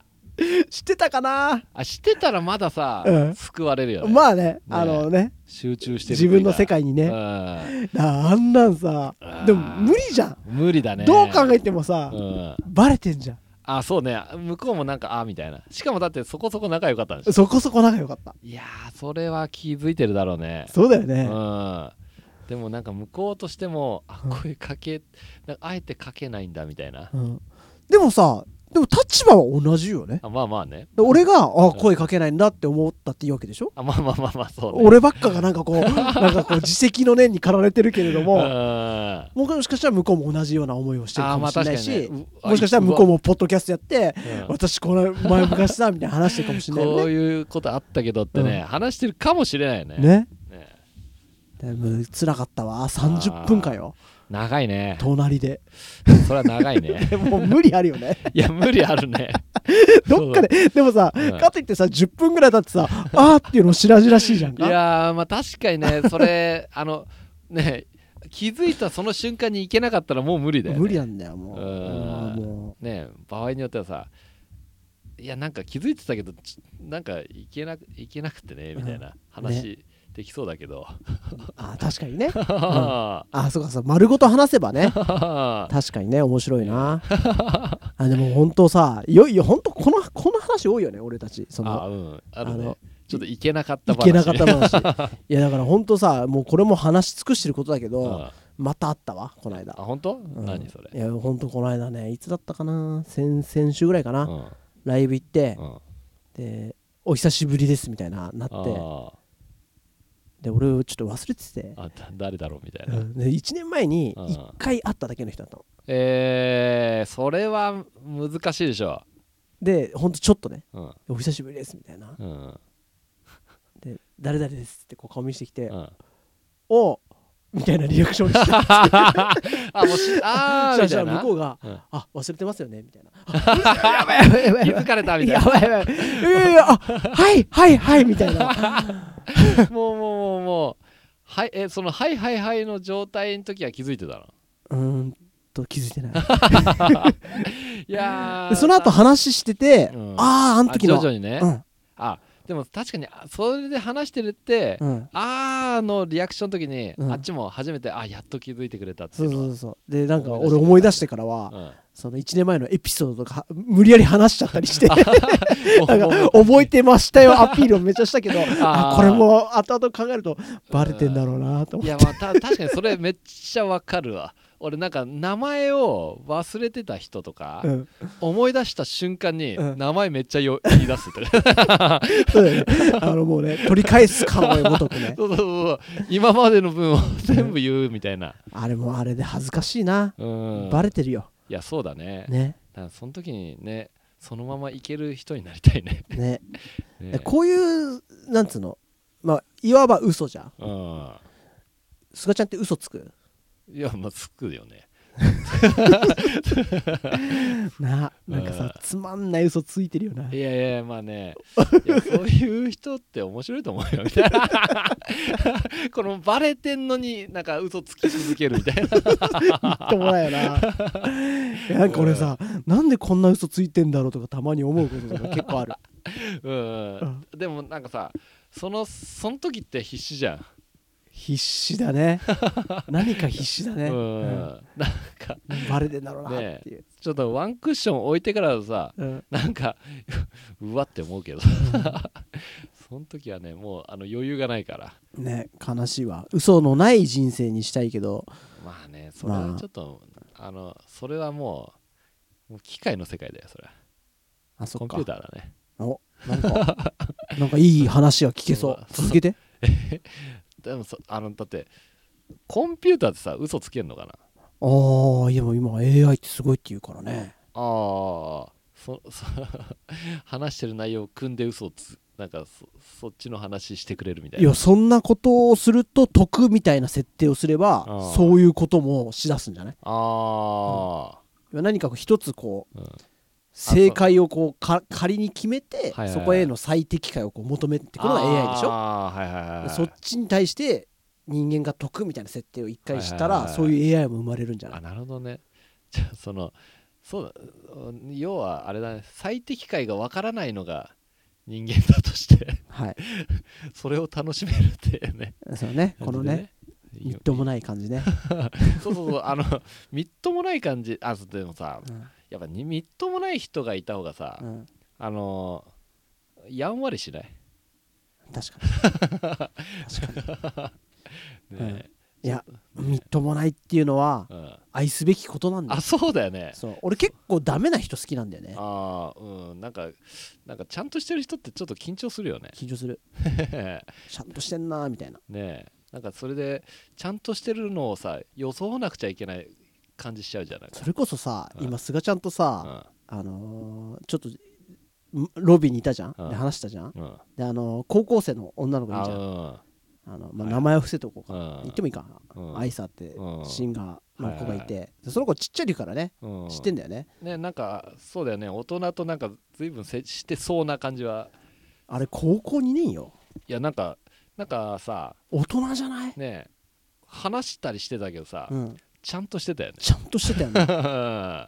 [SPEAKER 1] してたかな、
[SPEAKER 2] あしてたらまださ、
[SPEAKER 1] うん
[SPEAKER 2] 救われるよね、
[SPEAKER 1] まあねあのね
[SPEAKER 2] 集中してる
[SPEAKER 1] 自分の世界に
[SPEAKER 2] ね
[SPEAKER 1] ね、なあんなんさでも無理じゃん、
[SPEAKER 2] 無理だね
[SPEAKER 1] どう考えてもさ、
[SPEAKER 2] うん
[SPEAKER 1] バレてんじゃん
[SPEAKER 2] あそうね向こうもなんかあみたいなしかもだってそこそこ仲良かったんでしょ
[SPEAKER 1] そこそこ仲良かった
[SPEAKER 2] いやーそれは気づいてるだろうね
[SPEAKER 1] そうだよ
[SPEAKER 2] う
[SPEAKER 1] ね、
[SPEAKER 2] んでもなんか向こうとしてもあ
[SPEAKER 1] うん
[SPEAKER 2] 声かけなんかあえてかけないんだみたいな
[SPEAKER 1] うんでもさでも立場は同じよね
[SPEAKER 2] あまあまあね
[SPEAKER 1] で俺があ声かけないんだって思ったっていうわけでしょ
[SPEAKER 2] あまあまあまあまあそうね
[SPEAKER 1] 俺ばっかがなんかこうなんかこう自責の念に駆られてるけれど
[SPEAKER 2] うん
[SPEAKER 1] も、
[SPEAKER 2] あ
[SPEAKER 1] もしかしたら向こうも同じような思いをしてる
[SPEAKER 2] ー
[SPEAKER 1] か
[SPEAKER 2] ま
[SPEAKER 1] も
[SPEAKER 2] あ
[SPEAKER 1] しれ
[SPEAKER 2] 確か
[SPEAKER 1] ない
[SPEAKER 2] に
[SPEAKER 1] し、
[SPEAKER 2] ねう
[SPEAKER 1] もしかしたら向こう
[SPEAKER 2] も、
[SPEAKER 1] もポッドキャストやって
[SPEAKER 2] うん
[SPEAKER 1] 私この前昔さみたいな話してるかもしれない
[SPEAKER 2] こ
[SPEAKER 1] よ
[SPEAKER 2] ういうことあったけどってね、
[SPEAKER 1] うん
[SPEAKER 2] 話してるかもしれないよね
[SPEAKER 1] ねね
[SPEAKER 2] ね
[SPEAKER 1] でも辛かったわ30分間よ
[SPEAKER 2] 長いね
[SPEAKER 1] 隣で
[SPEAKER 2] それは長い ね
[SPEAKER 1] もう無理ある よね
[SPEAKER 2] いや無理あるね
[SPEAKER 1] どっかででもさ、
[SPEAKER 2] うん
[SPEAKER 1] かといってさ10分ぐらい経ってさあーっていうのしらじらしいじゃん
[SPEAKER 2] い
[SPEAKER 1] か
[SPEAKER 2] やーまあ確かに ねそれあのね気づいたその瞬間に行けなかったらもう無理だよ、ね、
[SPEAKER 1] 無理なんだよもう
[SPEAKER 2] う
[SPEAKER 1] あー
[SPEAKER 2] ん
[SPEAKER 1] も
[SPEAKER 2] ね場合によってはさいやなんか気づいてたけどちなんか行けなく行けなくてねみたいな話できそうだけ ど、
[SPEAKER 1] うあー確かにね
[SPEAKER 2] は
[SPEAKER 1] あーそうかそう丸ごと話せ ばね
[SPEAKER 2] はは
[SPEAKER 1] 確かにね面白 いなあでも本当さいよいよ本当このこの話多いよね俺たちそ
[SPEAKER 2] あ
[SPEAKER 1] の
[SPEAKER 2] うんある
[SPEAKER 1] あ
[SPEAKER 2] ね
[SPEAKER 1] の
[SPEAKER 2] ちょっと行けなかった
[SPEAKER 1] い
[SPEAKER 2] 話
[SPEAKER 1] けなかった話 いやだから本当さもうこれも話し尽くしてることだけ
[SPEAKER 2] うん
[SPEAKER 1] ど
[SPEAKER 2] あ
[SPEAKER 1] またあったわこの間
[SPEAKER 2] 本当、
[SPEAKER 1] うん
[SPEAKER 2] 何それ
[SPEAKER 1] いや本当この間ねいつだったかな先々週ぐらいか
[SPEAKER 2] う
[SPEAKER 1] な、
[SPEAKER 2] んうん
[SPEAKER 1] ライブ行って、
[SPEAKER 2] あ
[SPEAKER 1] でお久しぶりですみたいななって
[SPEAKER 2] ー
[SPEAKER 1] で俺ちょっと忘れてて、
[SPEAKER 2] あだ誰だろうみたいうな、
[SPEAKER 1] ん、で1年前に
[SPEAKER 2] うん
[SPEAKER 1] 1回会っただけの人だったの
[SPEAKER 2] えー、それは難しいでしょ
[SPEAKER 1] でほんとちょっとね
[SPEAKER 2] うん
[SPEAKER 1] お久しぶりですみたいな
[SPEAKER 2] うん
[SPEAKER 1] で誰々ですってこう顔見してきて、
[SPEAKER 2] うん
[SPEAKER 1] おみたいなリアク ションして
[SPEAKER 2] あもう しあー
[SPEAKER 1] そ
[SPEAKER 2] み
[SPEAKER 1] したた
[SPEAKER 2] い
[SPEAKER 1] ら
[SPEAKER 2] な
[SPEAKER 1] 向こうが
[SPEAKER 2] うん
[SPEAKER 1] 「あ忘れてますよね」みたいな あ「やばいやばいやばい
[SPEAKER 2] 気
[SPEAKER 1] やば
[SPEAKER 2] づかれたみ
[SPEAKER 1] い
[SPEAKER 2] たい
[SPEAKER 1] や
[SPEAKER 2] な
[SPEAKER 1] ばいやばい」いやいやあはいはいはい」みたいな
[SPEAKER 2] もうもうもうもうはいえそのはいはいはいの状態の時は気づいてたの
[SPEAKER 1] うーんと気づい てない
[SPEAKER 2] いやー
[SPEAKER 1] でその後話してて
[SPEAKER 2] うん
[SPEAKER 1] 「あああの時
[SPEAKER 2] あ
[SPEAKER 1] の」
[SPEAKER 2] 徐々にね、
[SPEAKER 1] うん
[SPEAKER 2] あでも確かにあそれで話してるって、
[SPEAKER 1] うん
[SPEAKER 2] あーのリアクションの時に、
[SPEAKER 1] うん
[SPEAKER 2] あっちも初めてあやっと気づいてくれたって
[SPEAKER 1] そ
[SPEAKER 2] いうう
[SPEAKER 1] そ
[SPEAKER 2] の
[SPEAKER 1] うそうでなんか俺思い出してからは
[SPEAKER 2] は
[SPEAKER 1] その1年前のエピソードとか無理やり話しちゃったりし てなんか
[SPEAKER 2] うんもうもう
[SPEAKER 1] 覚えてましたよアピールをめっちゃしたけ ど
[SPEAKER 2] あー
[SPEAKER 1] あこれも後々考えるとバレてんだろうなと思
[SPEAKER 2] い
[SPEAKER 1] って
[SPEAKER 2] やまあた確かにそれめっちゃわかるわ俺なんか名前を忘れてた人とか、
[SPEAKER 1] うん
[SPEAKER 2] 思い出した瞬間に
[SPEAKER 1] うん
[SPEAKER 2] 名前めっちゃよ言い出すとか
[SPEAKER 1] そうだよねあのもうね取り返す顔をごとくね
[SPEAKER 2] そうそうそうそう今までの分を全部言うみたいな
[SPEAKER 1] あれもあれで恥ずかしいな
[SPEAKER 2] うん
[SPEAKER 1] バレてるよ
[SPEAKER 2] いやそうだね
[SPEAKER 1] ね
[SPEAKER 2] だからその時にねそのままいける人になりたいね
[SPEAKER 1] ね
[SPEAKER 2] ね
[SPEAKER 1] こういうなんつうのまあいわば嘘じゃん
[SPEAKER 2] うん
[SPEAKER 1] すがちゃんって嘘つく
[SPEAKER 2] いやまあつくよね
[SPEAKER 1] ななんかさつまんない嘘ついてるよない
[SPEAKER 2] やいやまあねいやそういう人って面白いと思うよみたいな このバレてんのになんか嘘つき続けるみたいな
[SPEAKER 1] ってもら うよないやなんか俺さ、なんでこんな嘘ついてんだろうとかたまに思うこととか結構ある
[SPEAKER 2] うんでもなんかさそのその時って必死じゃん
[SPEAKER 1] 必死 だね何か必死だね、
[SPEAKER 2] うん
[SPEAKER 1] うん
[SPEAKER 2] なんか
[SPEAKER 1] バレてんだろうなっていう、
[SPEAKER 2] ちょっとワンクッション置いてからさ
[SPEAKER 1] うん
[SPEAKER 2] なんかうわって思うけどその時はねもうあの余裕がないから
[SPEAKER 1] ね悲しいわ嘘のない人生にしたいけど
[SPEAKER 2] まあねそれはちょっと、あ、のそれはもうもう機械の世界だよそれは
[SPEAKER 1] あそ
[SPEAKER 2] コ
[SPEAKER 1] っ
[SPEAKER 2] ンピ
[SPEAKER 1] か
[SPEAKER 2] ューターだね
[SPEAKER 1] おなんかなんかいい話が 聞けそう続けて
[SPEAKER 2] でもそあのだってコンピューターってさ嘘つけんのかな
[SPEAKER 1] ああいやもう今 AI ってすごいって言うからね
[SPEAKER 2] ああそそ 話してる内容を組んで嘘をつなんかそそっちの話してくれるみたい
[SPEAKER 1] い
[SPEAKER 2] な
[SPEAKER 1] やそんなことをすると得みたいな設定をすれば
[SPEAKER 2] あー
[SPEAKER 1] そういうこともしだすんじゃない
[SPEAKER 2] あ
[SPEAKER 1] 何かこう一つこう、
[SPEAKER 2] うん
[SPEAKER 1] 正解をこうか仮に決めて、
[SPEAKER 2] はいはいはい
[SPEAKER 1] そこへの最適解をこう求めて
[SPEAKER 2] あ
[SPEAKER 1] これが AI でしょ
[SPEAKER 2] ああはいはいはい
[SPEAKER 1] そっちに対して人間が得みたいな設定を一回し
[SPEAKER 2] はい
[SPEAKER 1] たら
[SPEAKER 2] はいはい
[SPEAKER 1] そういう AI も生まれるんじゃな
[SPEAKER 2] あ
[SPEAKER 1] い
[SPEAKER 2] なるほどねじゃあそのそうだ要はあれだね最適解がわからないのが人間だとして
[SPEAKER 1] はい
[SPEAKER 2] それを楽しめるっていうね
[SPEAKER 1] そうねこのね
[SPEAKER 2] 感じでね
[SPEAKER 1] みっともない感じね、
[SPEAKER 2] そうそうそうあのみっともない感じあそうでもさ
[SPEAKER 1] うん
[SPEAKER 2] やっぱにみっともない人がいた方がさ、
[SPEAKER 1] うん
[SPEAKER 2] あのーやんわりしない
[SPEAKER 1] 確 かに確か
[SPEAKER 2] ねえ
[SPEAKER 1] にいやみっともないっていうのは
[SPEAKER 2] うん
[SPEAKER 1] 愛すべきことなんだ
[SPEAKER 2] あ
[SPEAKER 1] よ
[SPEAKER 2] そうだよね
[SPEAKER 1] そう俺結構ダメな人好きなんだよね
[SPEAKER 2] ああうんなんかなんかちゃんとしてる人ってちょっと緊張するよね
[SPEAKER 1] 緊張する
[SPEAKER 2] ね
[SPEAKER 1] ちゃんとしてんなーみたいな
[SPEAKER 2] えなんかそれでちゃんとしてるのをさ装わなくちゃいけない感じしちゃうじゃない
[SPEAKER 1] それこそさ
[SPEAKER 2] うん
[SPEAKER 1] 今すがちゃんとさ、
[SPEAKER 2] か
[SPEAKER 1] あのーちょっとんロビーにいたじゃん、
[SPEAKER 2] うん
[SPEAKER 1] で話したじゃん
[SPEAKER 2] うんうん
[SPEAKER 1] であのー高校生の女の子い
[SPEAKER 2] あ
[SPEAKER 1] るじゃんあ
[SPEAKER 2] ー
[SPEAKER 1] あの、ま
[SPEAKER 2] は
[SPEAKER 1] あ、
[SPEAKER 2] い
[SPEAKER 1] 名前を伏せとこうか、
[SPEAKER 2] うん
[SPEAKER 1] 言ってもいいか
[SPEAKER 2] うん
[SPEAKER 1] なアイサって
[SPEAKER 2] うん
[SPEAKER 1] シンガーの子がい
[SPEAKER 2] はい
[SPEAKER 1] て、でその子ちっちゃい時からね
[SPEAKER 2] うん
[SPEAKER 1] 知ってんだよね、
[SPEAKER 2] ねなんかそうだよね大人となんか随分接してそうな感じは
[SPEAKER 1] あれ高校2年よ
[SPEAKER 2] いやなんかなんかさ
[SPEAKER 1] 大人じゃない、
[SPEAKER 2] ね話したりしてたけどさ、
[SPEAKER 1] うん、
[SPEAKER 2] ちゃんとしてたよね
[SPEAKER 1] ちゃんとしてたよね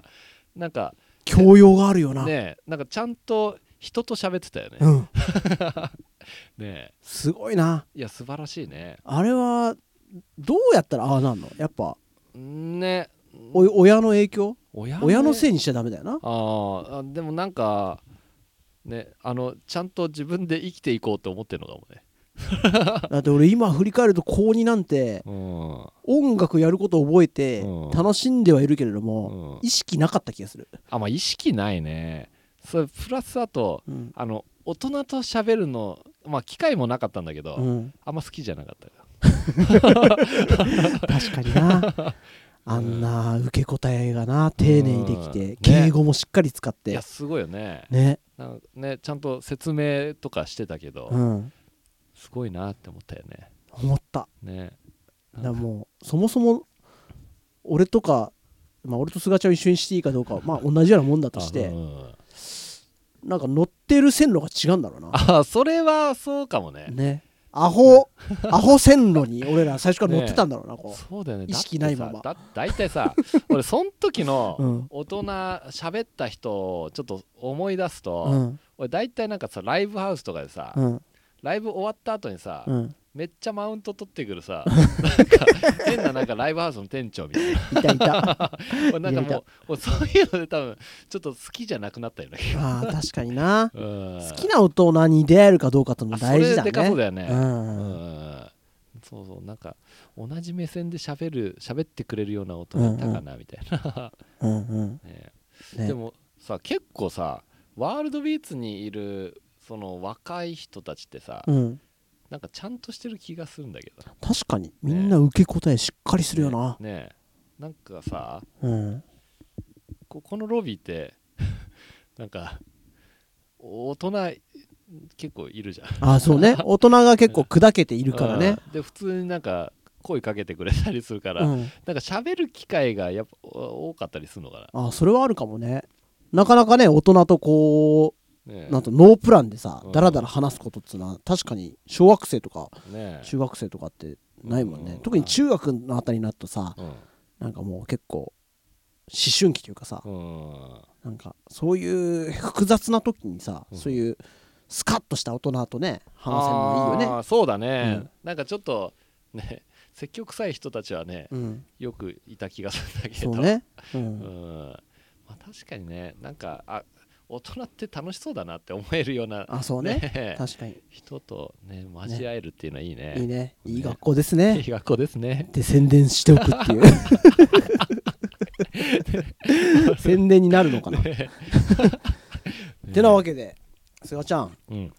[SPEAKER 2] なんか
[SPEAKER 1] 教養があるよな、
[SPEAKER 2] ねなんかちゃんと人と喋ってたよね、
[SPEAKER 1] うん
[SPEAKER 2] ね
[SPEAKER 1] すごいない
[SPEAKER 2] や素晴らしいね
[SPEAKER 1] あれはどうやったらああなんのやっぱ
[SPEAKER 2] ね
[SPEAKER 1] お親の影響
[SPEAKER 2] 親
[SPEAKER 1] 親の
[SPEAKER 2] い
[SPEAKER 1] せいにしちゃダメだよな
[SPEAKER 2] あーあでもなんかねあのちゃんと自分で生きていこうって思ってるのかもね
[SPEAKER 1] だって俺今振り返ると高2なんて
[SPEAKER 2] うん
[SPEAKER 1] 音楽やること覚えて
[SPEAKER 2] うん
[SPEAKER 1] 楽しんではいるけれども
[SPEAKER 2] うん
[SPEAKER 1] 意識なかった気がする、
[SPEAKER 2] あまあ意識ないねそれプラスあと
[SPEAKER 1] うん
[SPEAKER 2] あの大人と喋るのまあ機会もなかったんだけど、
[SPEAKER 1] うん、
[SPEAKER 2] あんま好きじゃなかったから
[SPEAKER 1] 確かにな あんな受け答えがな丁寧にでき
[SPEAKER 2] うんね
[SPEAKER 1] て敬語もしっかり使っ
[SPEAKER 2] い
[SPEAKER 1] て
[SPEAKER 2] やすごいよね
[SPEAKER 1] ね
[SPEAKER 2] なんかねちゃんと説明とかしてたけど、
[SPEAKER 1] うん
[SPEAKER 2] すごいなって思ったよね
[SPEAKER 1] 思った
[SPEAKER 2] ね
[SPEAKER 1] だからもうそもそも俺とかまあ俺と菅ちゃんを一緒にしていいかどうかはまあ同じようなもんだとし
[SPEAKER 2] あう
[SPEAKER 1] て
[SPEAKER 2] ん
[SPEAKER 1] なんか乗ってる線路が違うんだろうな
[SPEAKER 2] あそれはそうかもね
[SPEAKER 1] ね アホアホ線路に俺ら最初から乗ってたんだろうなこう
[SPEAKER 2] そうだよね
[SPEAKER 1] 意識ないまま
[SPEAKER 2] だってさだ大体さ俺その時
[SPEAKER 1] う
[SPEAKER 2] の
[SPEAKER 1] ん
[SPEAKER 2] 大人喋った人をちょっと思い出すと、
[SPEAKER 1] うん
[SPEAKER 2] 俺大体なんかさライブハウスとかでさ、
[SPEAKER 1] うん
[SPEAKER 2] ライブ終わった後にさ、
[SPEAKER 1] うん
[SPEAKER 2] めっちゃマウント取ってくる さなんか変ななんかライブハウスの店長みたいない
[SPEAKER 1] たい たあ
[SPEAKER 2] 俺なんか
[SPEAKER 1] いや
[SPEAKER 2] も
[SPEAKER 1] いう
[SPEAKER 2] 俺そういうので多分ちょっと好きじゃなくなったよね
[SPEAKER 1] ー確かにな
[SPEAKER 2] うん
[SPEAKER 1] 好きな大人に出会えるかどうかってのも
[SPEAKER 2] あ
[SPEAKER 1] 大事だ
[SPEAKER 2] それでかそう
[SPEAKER 1] ね
[SPEAKER 2] だよね、
[SPEAKER 1] うん
[SPEAKER 2] うんそうそうなんか同じ目線で喋る喋ってくれるような大人いたかなみたいな、
[SPEAKER 1] うんうん
[SPEAKER 2] ね
[SPEAKER 1] ね
[SPEAKER 2] でもさ結構さワールドビーツにいるその若い人たちってさ、
[SPEAKER 1] うん
[SPEAKER 2] なんかちゃんとしてる気がするんだけど
[SPEAKER 1] 確かにみんな受け答えしっかりするよな
[SPEAKER 2] ねねなんかさ
[SPEAKER 1] うん
[SPEAKER 2] ここのロビーって なんか大人結構いるじゃん
[SPEAKER 1] あーそ うね大人が結構砕けているからね
[SPEAKER 2] うんで普通になんか声かけてくれたりするから、
[SPEAKER 1] うん
[SPEAKER 2] なんか喋る機会がやっぱお多かったりするのか
[SPEAKER 1] あーそれはあるかもねなかなかね大人とこ
[SPEAKER 2] な。ね
[SPEAKER 1] うなんとノープランでさ
[SPEAKER 2] うん
[SPEAKER 1] ダラダラ話すことっつうのは確かに小学生とか
[SPEAKER 2] ね
[SPEAKER 1] 中学生とかってないもんね、
[SPEAKER 2] うん
[SPEAKER 1] 特に中学のあたりになるとさ
[SPEAKER 2] うん
[SPEAKER 1] なんかもう結構思春期というかさ、
[SPEAKER 2] うん
[SPEAKER 1] なんかそういう複雑な時にさ、
[SPEAKER 2] うん
[SPEAKER 1] そういうスカッとした大人とね話せるのいいよ
[SPEAKER 2] あ
[SPEAKER 1] ね
[SPEAKER 2] ーそうだね、
[SPEAKER 1] うん
[SPEAKER 2] なんかちょっとね 積極臭い人たちはね、
[SPEAKER 1] うん
[SPEAKER 2] よくいた気がするんだけ
[SPEAKER 1] そ
[SPEAKER 2] ど
[SPEAKER 1] うね、う
[SPEAKER 2] うんんまあ、確かにねなんかあ大人って楽しそうだなって思えるような
[SPEAKER 1] あそうね
[SPEAKER 2] ね
[SPEAKER 1] 確かに
[SPEAKER 2] 人とね交えるっていうのはいいね
[SPEAKER 1] いいねいい学校です
[SPEAKER 2] い
[SPEAKER 1] ね
[SPEAKER 2] い学校ですね
[SPEAKER 1] って宣伝しておくっ ていう宣伝になるのかな、 てなわけで菅ちゃん
[SPEAKER 2] うん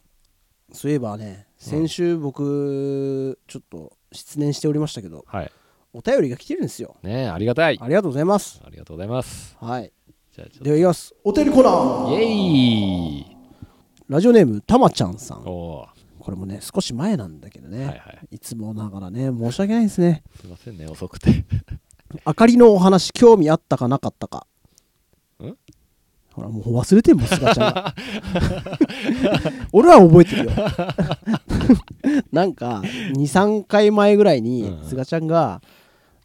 [SPEAKER 1] そういえばね先週僕ちょっと失念しておりましたけど
[SPEAKER 2] はい
[SPEAKER 1] お便りが来てるんですよ
[SPEAKER 2] ねありがたい
[SPEAKER 1] ありがとうございます
[SPEAKER 2] ありがとうございます
[SPEAKER 1] はい
[SPEAKER 2] じゃあちょっ
[SPEAKER 1] ではいきますお便りコーナー
[SPEAKER 2] とイエイ
[SPEAKER 1] ラジオネームたまちゃんさん
[SPEAKER 2] おお
[SPEAKER 1] これもね少し前なんだけどね、
[SPEAKER 2] はいはいい
[SPEAKER 1] つもながらね申し訳ないですね
[SPEAKER 2] すいませんね遅くて
[SPEAKER 1] 明かりのお話興味あったかなかったか
[SPEAKER 2] ん
[SPEAKER 1] ほらもう忘れてんもんすがちゃ んが俺は覚えてるよ なんか23回前ぐらいに
[SPEAKER 2] うん
[SPEAKER 1] すがちゃんが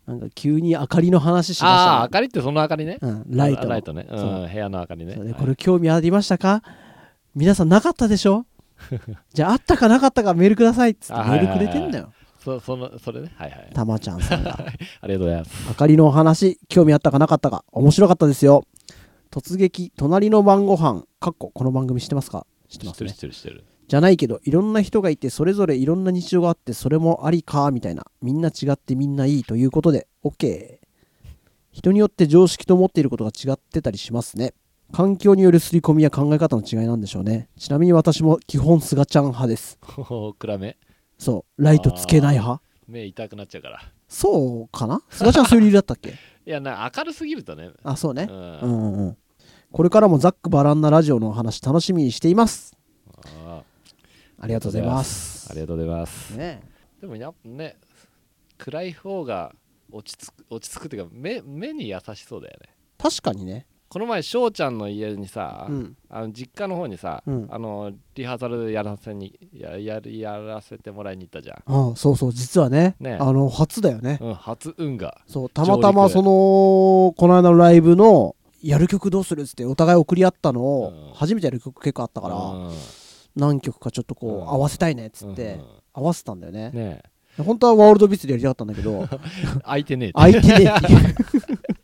[SPEAKER 1] なんか急に明かりの話しだした
[SPEAKER 2] ああ
[SPEAKER 1] の
[SPEAKER 2] 明かりってその明かりね
[SPEAKER 1] うん、ライト
[SPEAKER 2] あ
[SPEAKER 1] の
[SPEAKER 2] ライトねう
[SPEAKER 1] そ
[SPEAKER 2] ん部屋の明かりね
[SPEAKER 1] そうね
[SPEAKER 2] はい
[SPEAKER 1] これ興味ありましたか皆さんなかったでし ょじゃああったかなかったかメールくださいっつって
[SPEAKER 2] あ
[SPEAKER 1] メールくれてんだよ
[SPEAKER 2] そそのそれねはいはい
[SPEAKER 1] たまちゃんさんが
[SPEAKER 2] ありがとうございます
[SPEAKER 1] あかりのお話興味あったかなかったか面白かったですよ突撃隣の晩ご飯かっここの番組知ってますか知って
[SPEAKER 2] 知
[SPEAKER 1] ま
[SPEAKER 2] っ
[SPEAKER 1] す
[SPEAKER 2] てる
[SPEAKER 1] ね
[SPEAKER 2] 知ってる知ってる
[SPEAKER 1] じゃないけどいろんな人がいてそれぞれいろんな日常があってそれもありかみたいなみんな違ってみんないいということで OK 人によって常識と思っていることが違ってたりしますね環境による刷り込みや考え方の違いなんでしょうねちなみに私も基本すがちゃん派です
[SPEAKER 2] ほほ暗め
[SPEAKER 1] そうライトつけない派
[SPEAKER 2] 目痛くなっちゃうから
[SPEAKER 1] そうかなすがちゃんそういう理由だったっけ
[SPEAKER 2] いやな明るすぎるとね
[SPEAKER 1] あそうね
[SPEAKER 2] うん
[SPEAKER 1] うんうんうんこれからもざっくばらんなラジオのお話楽しみにしています
[SPEAKER 2] あ
[SPEAKER 1] ありがとうございます
[SPEAKER 2] ありがとうございます
[SPEAKER 1] ねえ
[SPEAKER 2] でもやっぱね暗い方が落ち着く落ち着くっていうか目目に優しそうだよね
[SPEAKER 1] 確かにね
[SPEAKER 2] この前翔ちゃんの家にさ、
[SPEAKER 1] うん
[SPEAKER 2] あの実家の方にさ、
[SPEAKER 1] うん
[SPEAKER 2] あのリハーサルやらせにややるやらせてもらいに行ったじゃん、
[SPEAKER 1] ああそうそう実はね
[SPEAKER 2] ね
[SPEAKER 1] あの初だよね、
[SPEAKER 2] うん、初運河
[SPEAKER 1] そうたまたま
[SPEAKER 2] 上陸
[SPEAKER 1] そのこの間のライブのやる曲どうするっつってお互い送り合ったのを
[SPEAKER 2] うん
[SPEAKER 1] 初めてやる曲結構あったから、
[SPEAKER 2] うん
[SPEAKER 1] 何曲かちょっとこう
[SPEAKER 2] うん
[SPEAKER 1] 合わせたいねっつって
[SPEAKER 2] うん
[SPEAKER 1] 合わせたんだよね、
[SPEAKER 2] ね
[SPEAKER 1] 本当はワールドビーツでやりたかったんだ けど
[SPEAKER 2] え空いてねえって
[SPEAKER 1] 空いて ね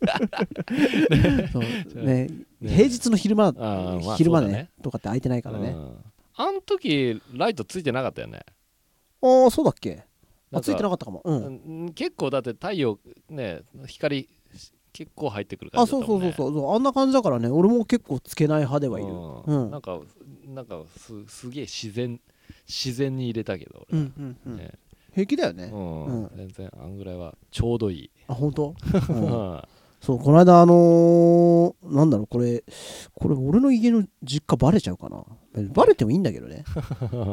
[SPEAKER 1] えっていうそうね
[SPEAKER 2] ね
[SPEAKER 1] 平日の昼間、
[SPEAKER 2] あーまあ
[SPEAKER 1] 昼間ね
[SPEAKER 2] そうだね
[SPEAKER 1] とかって空いてないからね、
[SPEAKER 2] うんあん時ライトついてなかったよね
[SPEAKER 1] ああそうだっ
[SPEAKER 2] な
[SPEAKER 1] け
[SPEAKER 2] ん
[SPEAKER 1] あ
[SPEAKER 2] か
[SPEAKER 1] ついてなかったかもうん、
[SPEAKER 2] うん結構だって太陽ね光結構入ってくる感
[SPEAKER 1] あ
[SPEAKER 2] じだ
[SPEAKER 1] そ
[SPEAKER 2] っ
[SPEAKER 1] う
[SPEAKER 2] たもんね
[SPEAKER 1] そうそうそうそうあんな感じだからね俺も結構つけない派ではいるう
[SPEAKER 2] うん
[SPEAKER 1] ん
[SPEAKER 2] なんかなんかすすげえ自然自然に入れたけど
[SPEAKER 1] う
[SPEAKER 2] 俺は
[SPEAKER 1] んうんうん
[SPEAKER 2] ね
[SPEAKER 1] 平気だよね、
[SPEAKER 2] うん
[SPEAKER 1] うん
[SPEAKER 2] 全然あんぐらいはちょうどいい、
[SPEAKER 1] あ本 当、う
[SPEAKER 2] うんん
[SPEAKER 1] そうこの間あのーなんだろうこれこれ俺の家の実家バレちゃうかなバレてもいいんだけど ね、うんあ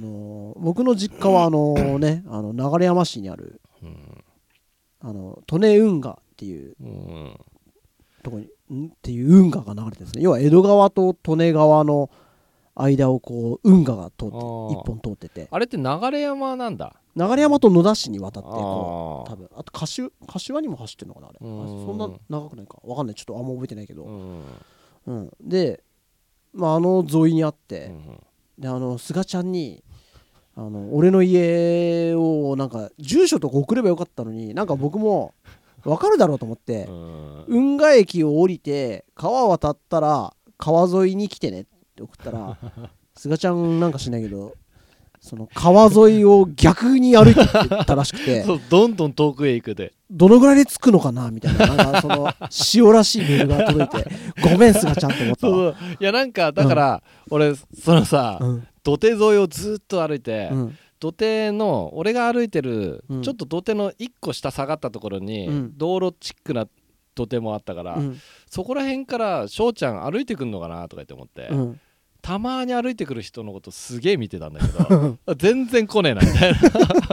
[SPEAKER 1] のー僕の実家はあのーねあの流山市にある
[SPEAKER 2] うん
[SPEAKER 1] あの利根運河っていう
[SPEAKER 2] うん
[SPEAKER 1] とこにんっていう運河が流れてるんですね要は江戸川と利根川の間をこう運河が通って
[SPEAKER 2] あ
[SPEAKER 1] 一
[SPEAKER 2] ー
[SPEAKER 1] 本通ってて
[SPEAKER 2] あれって流山なんだ
[SPEAKER 1] 流山と野田市に渡ってこう
[SPEAKER 2] あ
[SPEAKER 1] 多分あと柏柏にも走ってるのかなあれあ
[SPEAKER 2] うん
[SPEAKER 1] そんな長くないかわかんないちょっとあんま覚えてないけど
[SPEAKER 2] ーうん
[SPEAKER 1] うん、で、まあ、あの沿いにあって、
[SPEAKER 2] うん
[SPEAKER 1] であの菅ちゃんにあの俺の家をなんか住所とか送ればよかったのになんか僕も分かるだろうと思って
[SPEAKER 2] う、ん
[SPEAKER 1] 運河駅を降りて川渡ったら川沿いに来てねって送っ たら菅ちゃんなんかしないけどその川沿いを逆に歩いてったらしくて
[SPEAKER 2] そうどんどん遠くへ行くで
[SPEAKER 1] どのぐらいで着くのかなみたいななんか その塩らしいメールが届いてごめん菅ちゃんって思った
[SPEAKER 2] そう
[SPEAKER 1] わ。
[SPEAKER 2] そういやなんかだから、俺そのさ、
[SPEAKER 1] うん
[SPEAKER 2] 土手沿いをずっと歩いて、
[SPEAKER 1] うん
[SPEAKER 2] 土手の俺が歩いてる、
[SPEAKER 1] うん
[SPEAKER 2] ちょっと土手の1個下下がったところに、
[SPEAKER 1] うん
[SPEAKER 2] 道路チックな土手もあったから、
[SPEAKER 1] うん
[SPEAKER 2] そこら辺から翔ちゃん歩いてくんのかなとか言って思って、
[SPEAKER 1] うん
[SPEAKER 2] たまに歩いてくる人のことすげえ見てたんだけど 全然来ねえなみたいな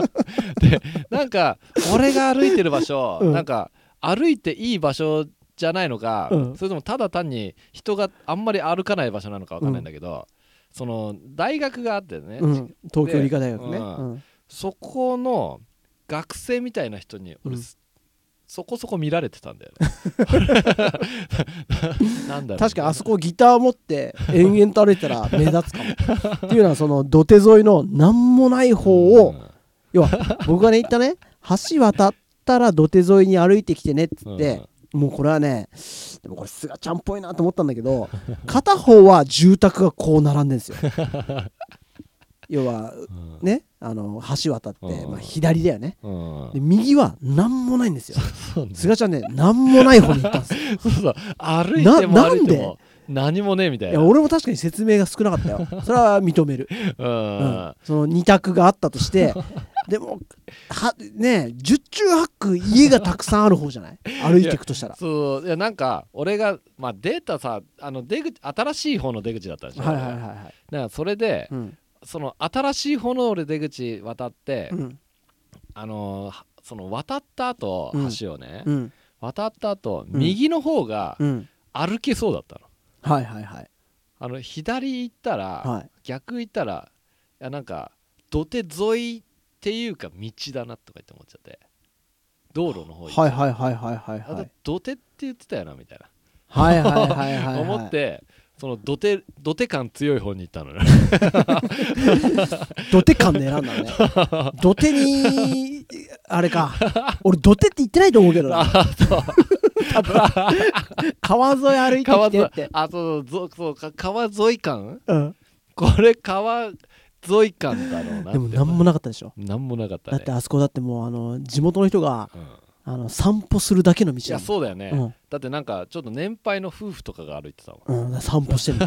[SPEAKER 2] でなんか俺が歩いてる場所、
[SPEAKER 1] うん
[SPEAKER 2] なんか歩いていい場所じゃないのか、
[SPEAKER 1] うん
[SPEAKER 2] それともただ単に人があんまり歩かない場所なのかわかんないんだけど、その大学があってね、
[SPEAKER 1] うん東京理科大学ね。
[SPEAKER 2] う
[SPEAKER 1] うんん
[SPEAKER 2] そこの学生みたいな人に俺、
[SPEAKER 1] うん
[SPEAKER 2] そこそこ見られてたんだよ ね なんだろう
[SPEAKER 1] 確かにあそこギター持って延々と歩いてた ら目立つかも。っていうのはその土手沿いの何もない方を、
[SPEAKER 2] うん
[SPEAKER 1] 要は僕がね言ったね橋渡ったら土手沿いに歩いてきてねっつって、もうこれはねでもこれすがちゃんっぽいなと思ったんだけど片方は住宅がこう並んで んですよ。要は
[SPEAKER 2] うん
[SPEAKER 1] ねあの橋渡って、
[SPEAKER 2] うん
[SPEAKER 1] まあ、左だよね。
[SPEAKER 2] うん
[SPEAKER 1] で右は何もないんですよ。
[SPEAKER 2] そうね
[SPEAKER 1] すがちゃんね何もない方に行ったんですよ
[SPEAKER 2] そうそう歩いても
[SPEAKER 1] な
[SPEAKER 2] 歩いても何もねえみたい
[SPEAKER 1] い
[SPEAKER 2] な
[SPEAKER 1] や俺も確かに説明が少なかっ たよそれは認める、
[SPEAKER 2] う
[SPEAKER 1] うんん、その2択があったとして でもはねえ十中八九家がたくさんある方じゃない歩いていくとしたら
[SPEAKER 2] そういやなんか俺が、まあ、データさあの出口新しい方の出口だったでしょ、
[SPEAKER 1] はいはいはいはい
[SPEAKER 2] だからそれで、
[SPEAKER 1] うん
[SPEAKER 2] その新しい方の俺出口渡って、
[SPEAKER 1] うん
[SPEAKER 2] あのーその渡った後
[SPEAKER 1] うん
[SPEAKER 2] 橋をね、
[SPEAKER 1] うん
[SPEAKER 2] 渡った後
[SPEAKER 1] うん
[SPEAKER 2] 右の方が
[SPEAKER 1] うん
[SPEAKER 2] 歩けそうだったの,、
[SPEAKER 1] はいはいはい
[SPEAKER 2] あの左行ったら、
[SPEAKER 1] はい
[SPEAKER 2] 逆行ったらいやなんか土手沿いっていうか道だなとか言って思っちゃって道路の方行っちゃ
[SPEAKER 1] は
[SPEAKER 2] う
[SPEAKER 1] いはいはいはいはい
[SPEAKER 2] あ
[SPEAKER 1] は
[SPEAKER 2] だ
[SPEAKER 1] い
[SPEAKER 2] 土手って言ってたよなみたいな、
[SPEAKER 1] はいはいはいはいはい
[SPEAKER 2] 思ってその土手土手感強い方に行ったのね
[SPEAKER 1] 土手感で選んだの ね土手にあれか俺土手って言ってないと思うけどな 多分 川沿い歩いて
[SPEAKER 2] 川
[SPEAKER 1] きて
[SPEAKER 2] 沿い
[SPEAKER 1] って
[SPEAKER 2] あそうそうそうか川沿い感
[SPEAKER 1] うん
[SPEAKER 2] これ川沿い感だろうな
[SPEAKER 1] でも何もなかったでしょ
[SPEAKER 2] なんもなかった
[SPEAKER 1] だ
[SPEAKER 2] ね
[SPEAKER 1] ってあそこだってもうあの地元の人が
[SPEAKER 2] うん、い
[SPEAKER 1] あの散歩するだけの道
[SPEAKER 2] やそうだよね、
[SPEAKER 1] うん
[SPEAKER 2] だってなんかちょっと年配の夫婦とかが歩いてたもん
[SPEAKER 1] うん、散歩してる
[SPEAKER 2] い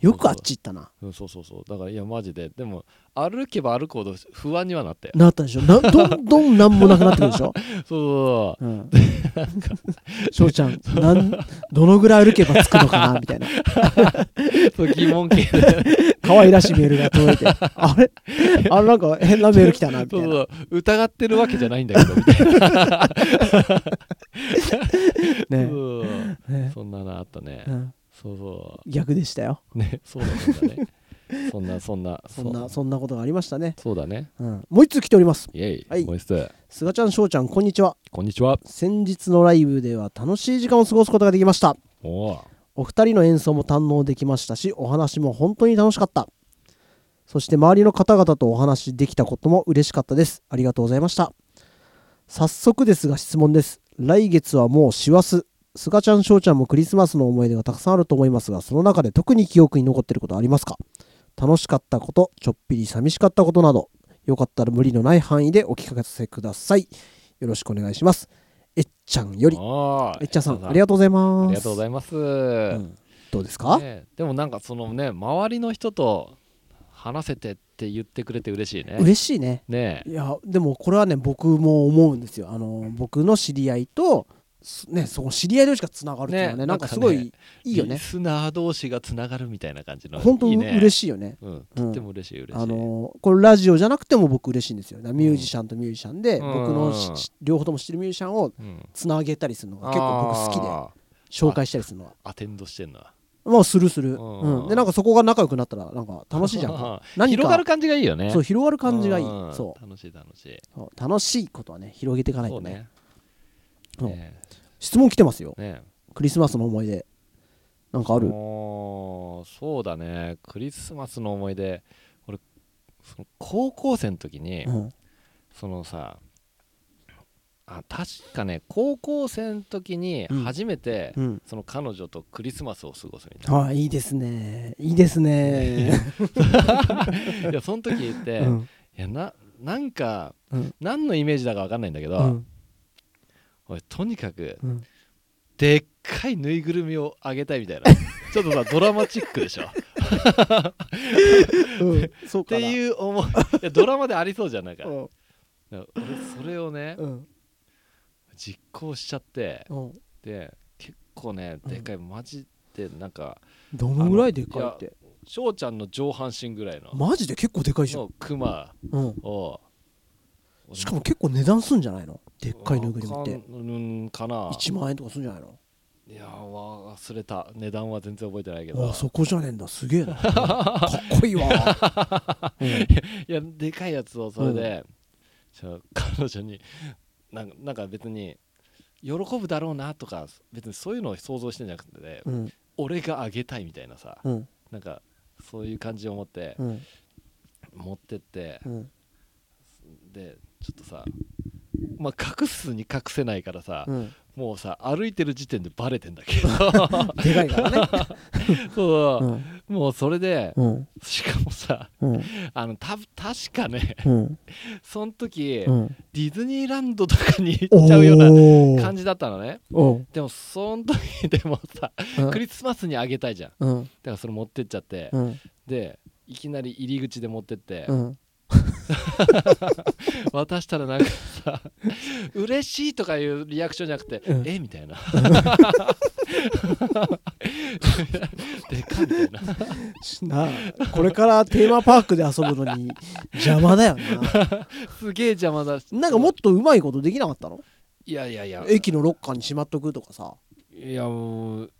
[SPEAKER 1] よくあっち行ったな
[SPEAKER 2] うん、 そうそうそうだからいやマジででも歩けば歩くほど不安にはなっ て
[SPEAKER 1] なったでしょなどんどんなんもなくなってくるでしょ
[SPEAKER 2] そうそうそう
[SPEAKER 1] うん翔ちゃんなんどのぐらい歩けば着くの かなみたいな
[SPEAKER 2] そう疑問系で
[SPEAKER 1] 可愛らしいメールが届 いてあれあれなんか変なメール来 たなみた
[SPEAKER 2] そう
[SPEAKER 1] い
[SPEAKER 2] そ
[SPEAKER 1] な
[SPEAKER 2] う疑ってるわけじゃないんだけどみたいな、
[SPEAKER 1] ね
[SPEAKER 2] そう
[SPEAKER 1] ね
[SPEAKER 2] そんなのあったね、
[SPEAKER 1] うん
[SPEAKER 2] そうそ
[SPEAKER 1] 逆でしたよ
[SPEAKER 2] うね そうだねそうだねそんなそんな
[SPEAKER 1] そんな
[SPEAKER 2] う
[SPEAKER 1] そんなことがありましたね
[SPEAKER 2] そうだね
[SPEAKER 1] うんもう一通来ております
[SPEAKER 2] イエイ、
[SPEAKER 1] はい
[SPEAKER 2] もう一つ
[SPEAKER 1] すがちゃん翔ちゃんこんにちは
[SPEAKER 2] こんにちは
[SPEAKER 1] 先日のライブでは楽しい時間を過ごすことができました
[SPEAKER 2] おー
[SPEAKER 1] お二人の演奏も堪能できましたしお話も本当に楽しかったそして周りの方々とお話できたことも嬉しかったですありがとうございました早速ですが質問です来月はもう師走すがちゃんしょうちゃんもクリスマスの思い出がたくさんあると思いますがその中で特に記憶に残っていることありますか楽しかったことちょっぴり寂しかったことなどよかったら無理のない範囲でお聞かせくださいよろしくお願いしますえっちゃんより
[SPEAKER 2] おー
[SPEAKER 1] えっちゃんさんありがとうございます
[SPEAKER 2] ありがとうございます、
[SPEAKER 1] うんどうですか、
[SPEAKER 2] ねでもなんかそのね周りの人と話せてって言ってくれて嬉しいね
[SPEAKER 1] 嬉しいね
[SPEAKER 2] ねえ
[SPEAKER 1] いやでもこれはね僕も思うんですよあの僕の知り合いとすねその知り合い同士がつながるっていうのはね
[SPEAKER 2] ね
[SPEAKER 1] なんかすごいいいよ
[SPEAKER 2] リ
[SPEAKER 1] ね
[SPEAKER 2] スナー同士がつながるみたいな感じの
[SPEAKER 1] 本当
[SPEAKER 2] いい
[SPEAKER 1] に
[SPEAKER 2] ね
[SPEAKER 1] 嬉しいよね
[SPEAKER 2] うん、
[SPEAKER 1] うん
[SPEAKER 2] とっても嬉しい嬉しい、
[SPEAKER 1] あのこれラジオじゃなくても僕嬉しいんですよだからミュージシャンとミュージシャンで、
[SPEAKER 2] うん
[SPEAKER 1] 僕のしし両方とも知ってるミュージシャンを
[SPEAKER 2] うん、
[SPEAKER 1] つなげたりするのが結構僕好きで
[SPEAKER 2] あ
[SPEAKER 1] 紹介したりするのは
[SPEAKER 2] ーアテンドしてんな
[SPEAKER 1] まあするす
[SPEAKER 2] う
[SPEAKER 1] る、
[SPEAKER 2] ん
[SPEAKER 1] うん、でなんかそこが仲良くなったらなんか楽しいじ ゃんか何か
[SPEAKER 2] 広がる感じがいいよね
[SPEAKER 1] そう広がる感じがいい
[SPEAKER 2] うん
[SPEAKER 1] そ
[SPEAKER 2] 楽しい楽しいう
[SPEAKER 1] そう楽しいことはね広げていかない
[SPEAKER 2] そ
[SPEAKER 1] と
[SPEAKER 2] う
[SPEAKER 1] ね
[SPEAKER 2] ね
[SPEAKER 1] うん
[SPEAKER 2] ね
[SPEAKER 1] 質問来てますよ
[SPEAKER 2] えねえ
[SPEAKER 1] クリスマスの思い出なんかある
[SPEAKER 2] もうそうだねクリスマスの思い出俺その高校生の時に、
[SPEAKER 1] うん
[SPEAKER 2] そのさあ確かね高校生の時に
[SPEAKER 1] うん
[SPEAKER 2] 初めて、
[SPEAKER 1] うん
[SPEAKER 2] その彼女とクリスマスを過ごすみたい
[SPEAKER 1] ああいいですねいいです ね
[SPEAKER 2] な、 いやその時言って、
[SPEAKER 1] うん
[SPEAKER 2] いやななんか、
[SPEAKER 1] うん
[SPEAKER 2] 何のイメージだか分かんないんだけど、
[SPEAKER 1] うん
[SPEAKER 2] 俺とにかく
[SPEAKER 1] うん
[SPEAKER 2] でっかいぬいぐるみをあげたいみたい なちょっとさドラマチックでしょっ
[SPEAKER 1] うんそうか
[SPEAKER 2] て
[SPEAKER 1] なう
[SPEAKER 2] いう思いいやドラマでありそうじゃんなんか
[SPEAKER 1] ん
[SPEAKER 2] だから俺それをね
[SPEAKER 1] うん
[SPEAKER 2] 実行しちゃって
[SPEAKER 1] うん
[SPEAKER 2] で結構ねでっかいマジでなんか
[SPEAKER 1] どのぐらいでかいって
[SPEAKER 2] 翔ちゃんの上半身ぐらいの
[SPEAKER 1] マジで結構でかいじゃん
[SPEAKER 2] のクマ
[SPEAKER 1] うん
[SPEAKER 2] を
[SPEAKER 1] しかも結構値段すんじゃないのでっかいぬいぐるみっ
[SPEAKER 2] わ
[SPEAKER 1] て
[SPEAKER 2] かんうんかな
[SPEAKER 1] 1万円とかすんじゃないの
[SPEAKER 2] いやー忘れた値段は全然覚えてないけ
[SPEAKER 1] あ
[SPEAKER 2] ど
[SPEAKER 1] あそこじゃねえんだすげ えなかっこいいわうん
[SPEAKER 2] いやでかいやつをそれで、じゃあ彼女になんかなんか別に喜ぶだろうなとか別にそういうのを想像してんじゃなくて、
[SPEAKER 1] うん
[SPEAKER 2] 俺があげたいみたいなさ
[SPEAKER 1] うん
[SPEAKER 2] なんかそういう感じを持って
[SPEAKER 1] うん
[SPEAKER 2] 持ってって
[SPEAKER 1] うん
[SPEAKER 2] でちょっとさまあ隠すに隠せないからさ、
[SPEAKER 1] うん
[SPEAKER 2] もうさ歩いてる時点でバレてんだ けど
[SPEAKER 1] でかいからね
[SPEAKER 2] そうう、
[SPEAKER 1] ん
[SPEAKER 2] もうそれで
[SPEAKER 1] うん
[SPEAKER 2] しかもさ
[SPEAKER 1] うん
[SPEAKER 2] あのた確かね
[SPEAKER 1] うん
[SPEAKER 2] その時、
[SPEAKER 1] うん
[SPEAKER 2] ディズニーランドとかに行っちゃうような感じだったのね
[SPEAKER 1] おー
[SPEAKER 2] でもその時でもさ
[SPEAKER 1] おう
[SPEAKER 2] クリスマスにあげたいじゃんだ
[SPEAKER 1] うん
[SPEAKER 2] からそれ持ってっちゃって、
[SPEAKER 1] うん
[SPEAKER 2] でいきなり入り口で持ってって、
[SPEAKER 1] うん
[SPEAKER 2] 渡したらなんかさ嬉しいとかいうリアクションじゃなくて、
[SPEAKER 1] うん
[SPEAKER 2] えみたい なでかいみたいな
[SPEAKER 1] しなあこれからテーマパークで遊ぶのに邪魔だよな
[SPEAKER 2] すげえ邪魔だし
[SPEAKER 1] なんかもっとうまいことできなかったの
[SPEAKER 2] いやいやいや
[SPEAKER 1] 駅のロッカーにしまっとくとかさ
[SPEAKER 2] いやもう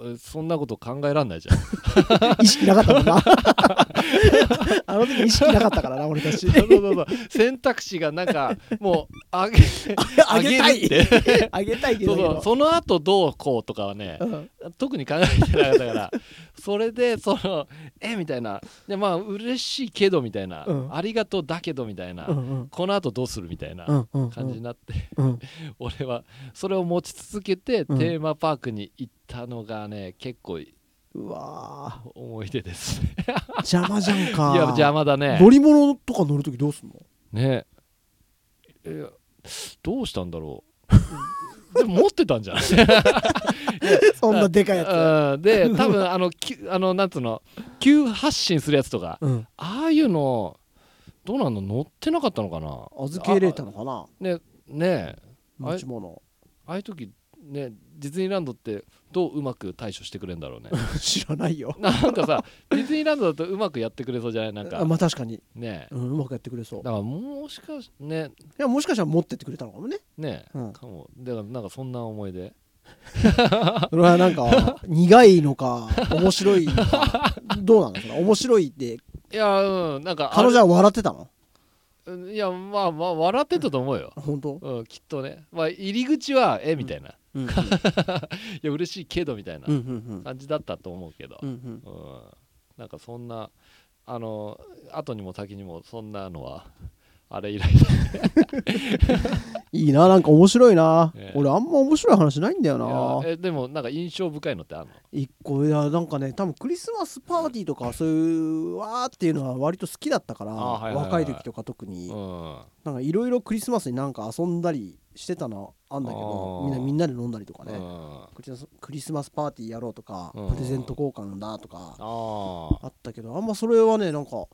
[SPEAKER 2] えそんなこと考えらんない じゃん
[SPEAKER 1] 意識なかったもんなあの時意識なかったからな俺た
[SPEAKER 2] そ
[SPEAKER 1] ち
[SPEAKER 2] うそうそう選択肢がなんかもうあげ
[SPEAKER 1] あげた
[SPEAKER 2] あ
[SPEAKER 1] い
[SPEAKER 2] げるって
[SPEAKER 1] あげたいけ
[SPEAKER 2] そ
[SPEAKER 1] ど
[SPEAKER 2] うそうその後どうこうとかはね
[SPEAKER 1] うん
[SPEAKER 2] 特に考えてなかったからそれでそのえみたいなでまあ嬉しいけどみたいな、
[SPEAKER 1] うん
[SPEAKER 2] ありがとうだけどみたいな、
[SPEAKER 1] うんうん
[SPEAKER 2] この後どうするみたいな
[SPEAKER 1] うんうん
[SPEAKER 2] 感じになって、
[SPEAKER 1] うん
[SPEAKER 2] 俺はそれを持ち続けて、
[SPEAKER 1] うん
[SPEAKER 2] テーマパークに行ったのがね結構
[SPEAKER 1] うわぁ
[SPEAKER 2] 思い出ですね
[SPEAKER 1] 邪魔じゃんか
[SPEAKER 2] いや邪魔だね
[SPEAKER 1] 乗り物とか乗る時どうすんの
[SPEAKER 2] ねえどうしたんだろう でも持ってたんじ ゃない
[SPEAKER 1] そんなでかい や
[SPEAKER 2] うんで多分あのきあのなんつうの急発進するやつとか
[SPEAKER 1] つ。うん。
[SPEAKER 2] ああいうのどうなんの乗ってなかったのかな
[SPEAKER 1] 預け入れたのかな
[SPEAKER 2] ねえあ
[SPEAKER 1] 持ち物。
[SPEAKER 2] ああいう時ねディズニーランドってどううまく対処してくれるんだろうね
[SPEAKER 1] 知らないよ。
[SPEAKER 2] なんかさディズニーランドだとうまくやってくれそうじゃないなん
[SPEAKER 1] あ
[SPEAKER 2] か
[SPEAKER 1] まあ確かに、
[SPEAKER 2] ねえ
[SPEAKER 1] うん、うまくやってくれそう。い
[SPEAKER 2] だからもしかしね
[SPEAKER 1] や、もしかしたら持ってってくれたのかもね。
[SPEAKER 2] ねえ、
[SPEAKER 1] うん
[SPEAKER 2] かもだからなんかそんな思い出
[SPEAKER 1] それはな んか、苦いのか、面白いのか、どうなのそれ面白いって、
[SPEAKER 2] いやうんなんかあ
[SPEAKER 1] 彼
[SPEAKER 2] れ
[SPEAKER 1] 女は笑ってたの
[SPEAKER 2] うんいやまあまあ笑ってたと思うよ、
[SPEAKER 1] 本当
[SPEAKER 2] うん、きっとねまあ入り口はえみたいな、
[SPEAKER 1] うん。
[SPEAKER 2] いや嬉しいけどみたいな
[SPEAKER 1] うんうん
[SPEAKER 2] 感じだったと思うけど、
[SPEAKER 1] うん。うん
[SPEAKER 2] うんなんかそんなあの後にも先にもそんなのは あれ以来
[SPEAKER 1] いいな、なんか面白いな
[SPEAKER 2] ええ。
[SPEAKER 1] 俺あんま面白い話ないんだよ
[SPEAKER 2] い
[SPEAKER 1] な
[SPEAKER 2] や。えでもなんか印象深いのってあるの
[SPEAKER 1] 一個いやなんかね多分クリスマスパーティーとかそういうわーっていうのは割と好きだったから、
[SPEAKER 2] あはいはいはい
[SPEAKER 1] 若い時とか特に、
[SPEAKER 2] うん
[SPEAKER 1] なんかいろいろクリスマスになんか遊んだりしてたのあんだけど
[SPEAKER 2] あー
[SPEAKER 1] みんなみんなで飲んだりとかね、
[SPEAKER 2] うん、あ
[SPEAKER 1] クリスマスクリスマスパーティーやろうとか、
[SPEAKER 2] うん
[SPEAKER 1] プレゼント交換だとか
[SPEAKER 2] あ
[SPEAKER 1] あったけどあんまそれはねなんか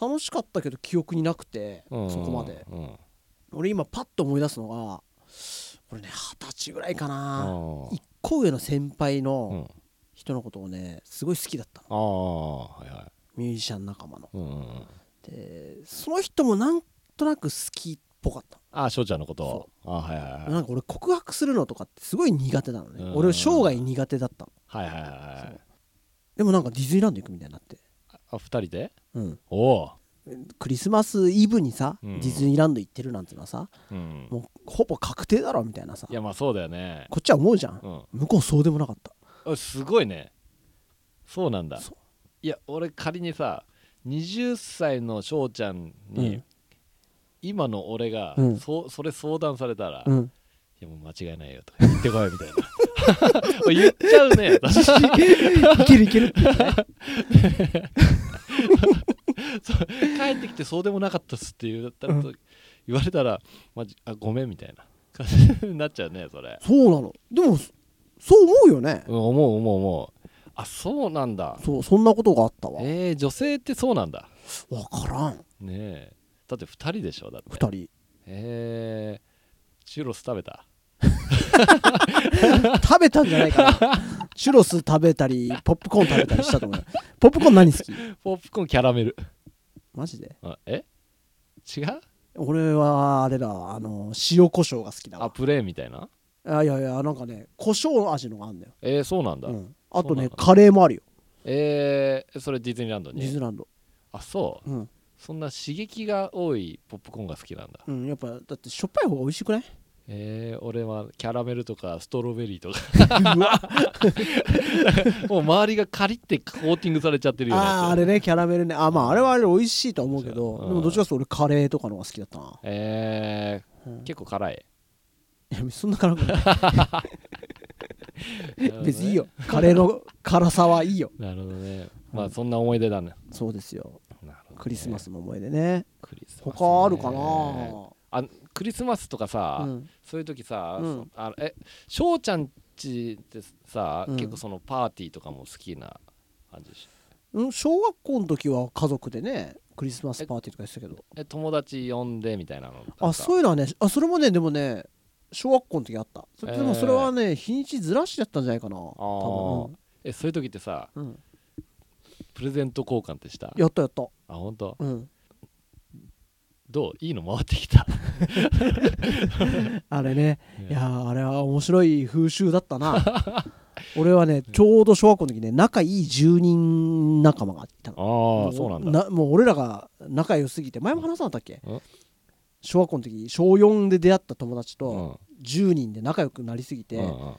[SPEAKER 1] 楽しかったけど記憶になくて、
[SPEAKER 2] うん
[SPEAKER 1] そこまで
[SPEAKER 2] うんうん
[SPEAKER 1] 俺今パッと思い出すのが俺ね二十歳ぐらいか
[SPEAKER 2] あ
[SPEAKER 1] な
[SPEAKER 2] ー
[SPEAKER 1] 一個上の先輩
[SPEAKER 2] う
[SPEAKER 1] の
[SPEAKER 2] ん
[SPEAKER 1] 人のことをねすごい好きだったの。
[SPEAKER 2] ああはいはい
[SPEAKER 1] ミュージシャン仲間の
[SPEAKER 2] うんうんうん
[SPEAKER 1] でその人もなんとなく好きっぽかった、
[SPEAKER 2] ああ翔ちゃんのことああはいはい
[SPEAKER 1] なんか俺告白するのとかってすごい苦手なのね、
[SPEAKER 2] うん
[SPEAKER 1] 俺生涯苦手だったの
[SPEAKER 2] はいはいはいはいはい
[SPEAKER 1] でもなんかディズニーランド行くみたいになって、
[SPEAKER 2] あ二人で
[SPEAKER 1] うん、
[SPEAKER 2] おお
[SPEAKER 1] クリスマスイブにさ、
[SPEAKER 2] うん
[SPEAKER 1] ディズニーランド行ってるなんてのはさ
[SPEAKER 2] う、うん、
[SPEAKER 1] もうほぼ確定だろみたいなさ
[SPEAKER 2] いやまあそうだよね
[SPEAKER 1] こっちは思うじゃん、
[SPEAKER 2] うん
[SPEAKER 1] 向こうそうでもなかった
[SPEAKER 2] あすごいねそうなんだ
[SPEAKER 1] そう
[SPEAKER 2] いや俺仮にさ20歳の翔ちゃんに、
[SPEAKER 1] うん
[SPEAKER 2] 今の俺が、
[SPEAKER 1] うん
[SPEAKER 2] そそれ相談されたら、
[SPEAKER 1] う
[SPEAKER 2] い
[SPEAKER 1] ん
[SPEAKER 2] やもう間違いないよとか言ってこいみたいな 言っちゃうね
[SPEAKER 1] いけるいけるって 言ってね
[SPEAKER 2] 帰ってきてそうでもなかったっすって言ったら
[SPEAKER 1] うん
[SPEAKER 2] 言われたらマジあごめんみたいな感じになっちゃうねそれ、
[SPEAKER 1] そうなのでもそそう思うよね、
[SPEAKER 2] うん、思う思う思うあそうなんだ
[SPEAKER 1] そうそんなことがあったわ
[SPEAKER 2] えー、女性ってそうなんだ
[SPEAKER 1] 分からん
[SPEAKER 2] ねえだって2人でしょだって
[SPEAKER 1] 2人
[SPEAKER 2] えー、チュロス食べた
[SPEAKER 1] 食べたんじゃな いかなチュロス食べたりポップコーン食べたりしたと思うよポップコーン何好き
[SPEAKER 2] ポップコーンキャラメル
[SPEAKER 1] マジで
[SPEAKER 2] あえ違う
[SPEAKER 1] 俺はあれだあの塩コショウが好きだ
[SPEAKER 2] あ
[SPEAKER 1] わ
[SPEAKER 2] プレーンみたいな
[SPEAKER 1] あいやいやなんかね胡椒味のがあるんだよ、
[SPEAKER 2] えー、そうなんだ、
[SPEAKER 1] うん、あと
[SPEAKER 2] そうな
[SPEAKER 1] ね
[SPEAKER 2] んだ
[SPEAKER 1] カレーもあるよ
[SPEAKER 2] えー、それディズニーランド
[SPEAKER 1] ディズニ
[SPEAKER 2] に
[SPEAKER 1] ーランド
[SPEAKER 2] あそう
[SPEAKER 1] うん、
[SPEAKER 2] そんな刺激が多いポップコーンが好きなんだ
[SPEAKER 1] うん、やっぱだってしょっぱい方が美味し くない
[SPEAKER 2] えー、俺はキャラメルとかストロベリーとか
[SPEAKER 1] うわあ
[SPEAKER 2] もう周りがカリってコーティングされちゃってるようなやつ
[SPEAKER 1] あーあれねキャラメルねあまああれはあれで美味しいとは思うけど、
[SPEAKER 2] うん
[SPEAKER 1] でもどっちかというと俺カレーとかの方が好きだったな、
[SPEAKER 2] え
[SPEAKER 1] うん
[SPEAKER 2] ー、結構辛い
[SPEAKER 1] いやそんな辛くない 別にいい
[SPEAKER 2] よ
[SPEAKER 1] よカレーの辛さはいいよ
[SPEAKER 2] なるほどねまあそんな思い出だね
[SPEAKER 1] そうですよ
[SPEAKER 2] なるほどね
[SPEAKER 1] クリスマスの思い出ね
[SPEAKER 2] クリスマスね
[SPEAKER 1] 他あるかな
[SPEAKER 2] あクリスマスとかさ、
[SPEAKER 1] うん
[SPEAKER 2] そういう時さ、
[SPEAKER 1] うん
[SPEAKER 2] そあのえ翔ちゃんちってさ、
[SPEAKER 1] うん
[SPEAKER 2] 結構そのパーティーとかも好きな感じでし
[SPEAKER 1] うん小学校の時は家族でねクリスマスパーティーとかしてたけど
[SPEAKER 2] え友達呼んでみたいなの
[SPEAKER 1] あそういうのはねあそれもねでもね小学校の時あったそれ
[SPEAKER 2] えー
[SPEAKER 1] でもそれはね日にちずらしだったんじゃないかな
[SPEAKER 2] あー
[SPEAKER 1] 多
[SPEAKER 2] えそういう時ってさ
[SPEAKER 1] 分、うんうん
[SPEAKER 2] プレゼント交換ってした
[SPEAKER 1] やったやった
[SPEAKER 2] あ本当
[SPEAKER 1] うん
[SPEAKER 2] どういいの回ってきた
[SPEAKER 1] あれね
[SPEAKER 2] ね
[SPEAKER 1] いやーあれは面白い風習だっ たな俺はねちょうど小学校の時ね仲いい住人仲間がいたの
[SPEAKER 2] ああ
[SPEAKER 1] も
[SPEAKER 2] そうなんだ
[SPEAKER 1] もう俺らが仲良すぎて前も話さなかったっけ
[SPEAKER 2] うん
[SPEAKER 1] 小学校の時小4で出会った友達
[SPEAKER 2] うん
[SPEAKER 1] と10人で仲良くなりすぎて、
[SPEAKER 2] うん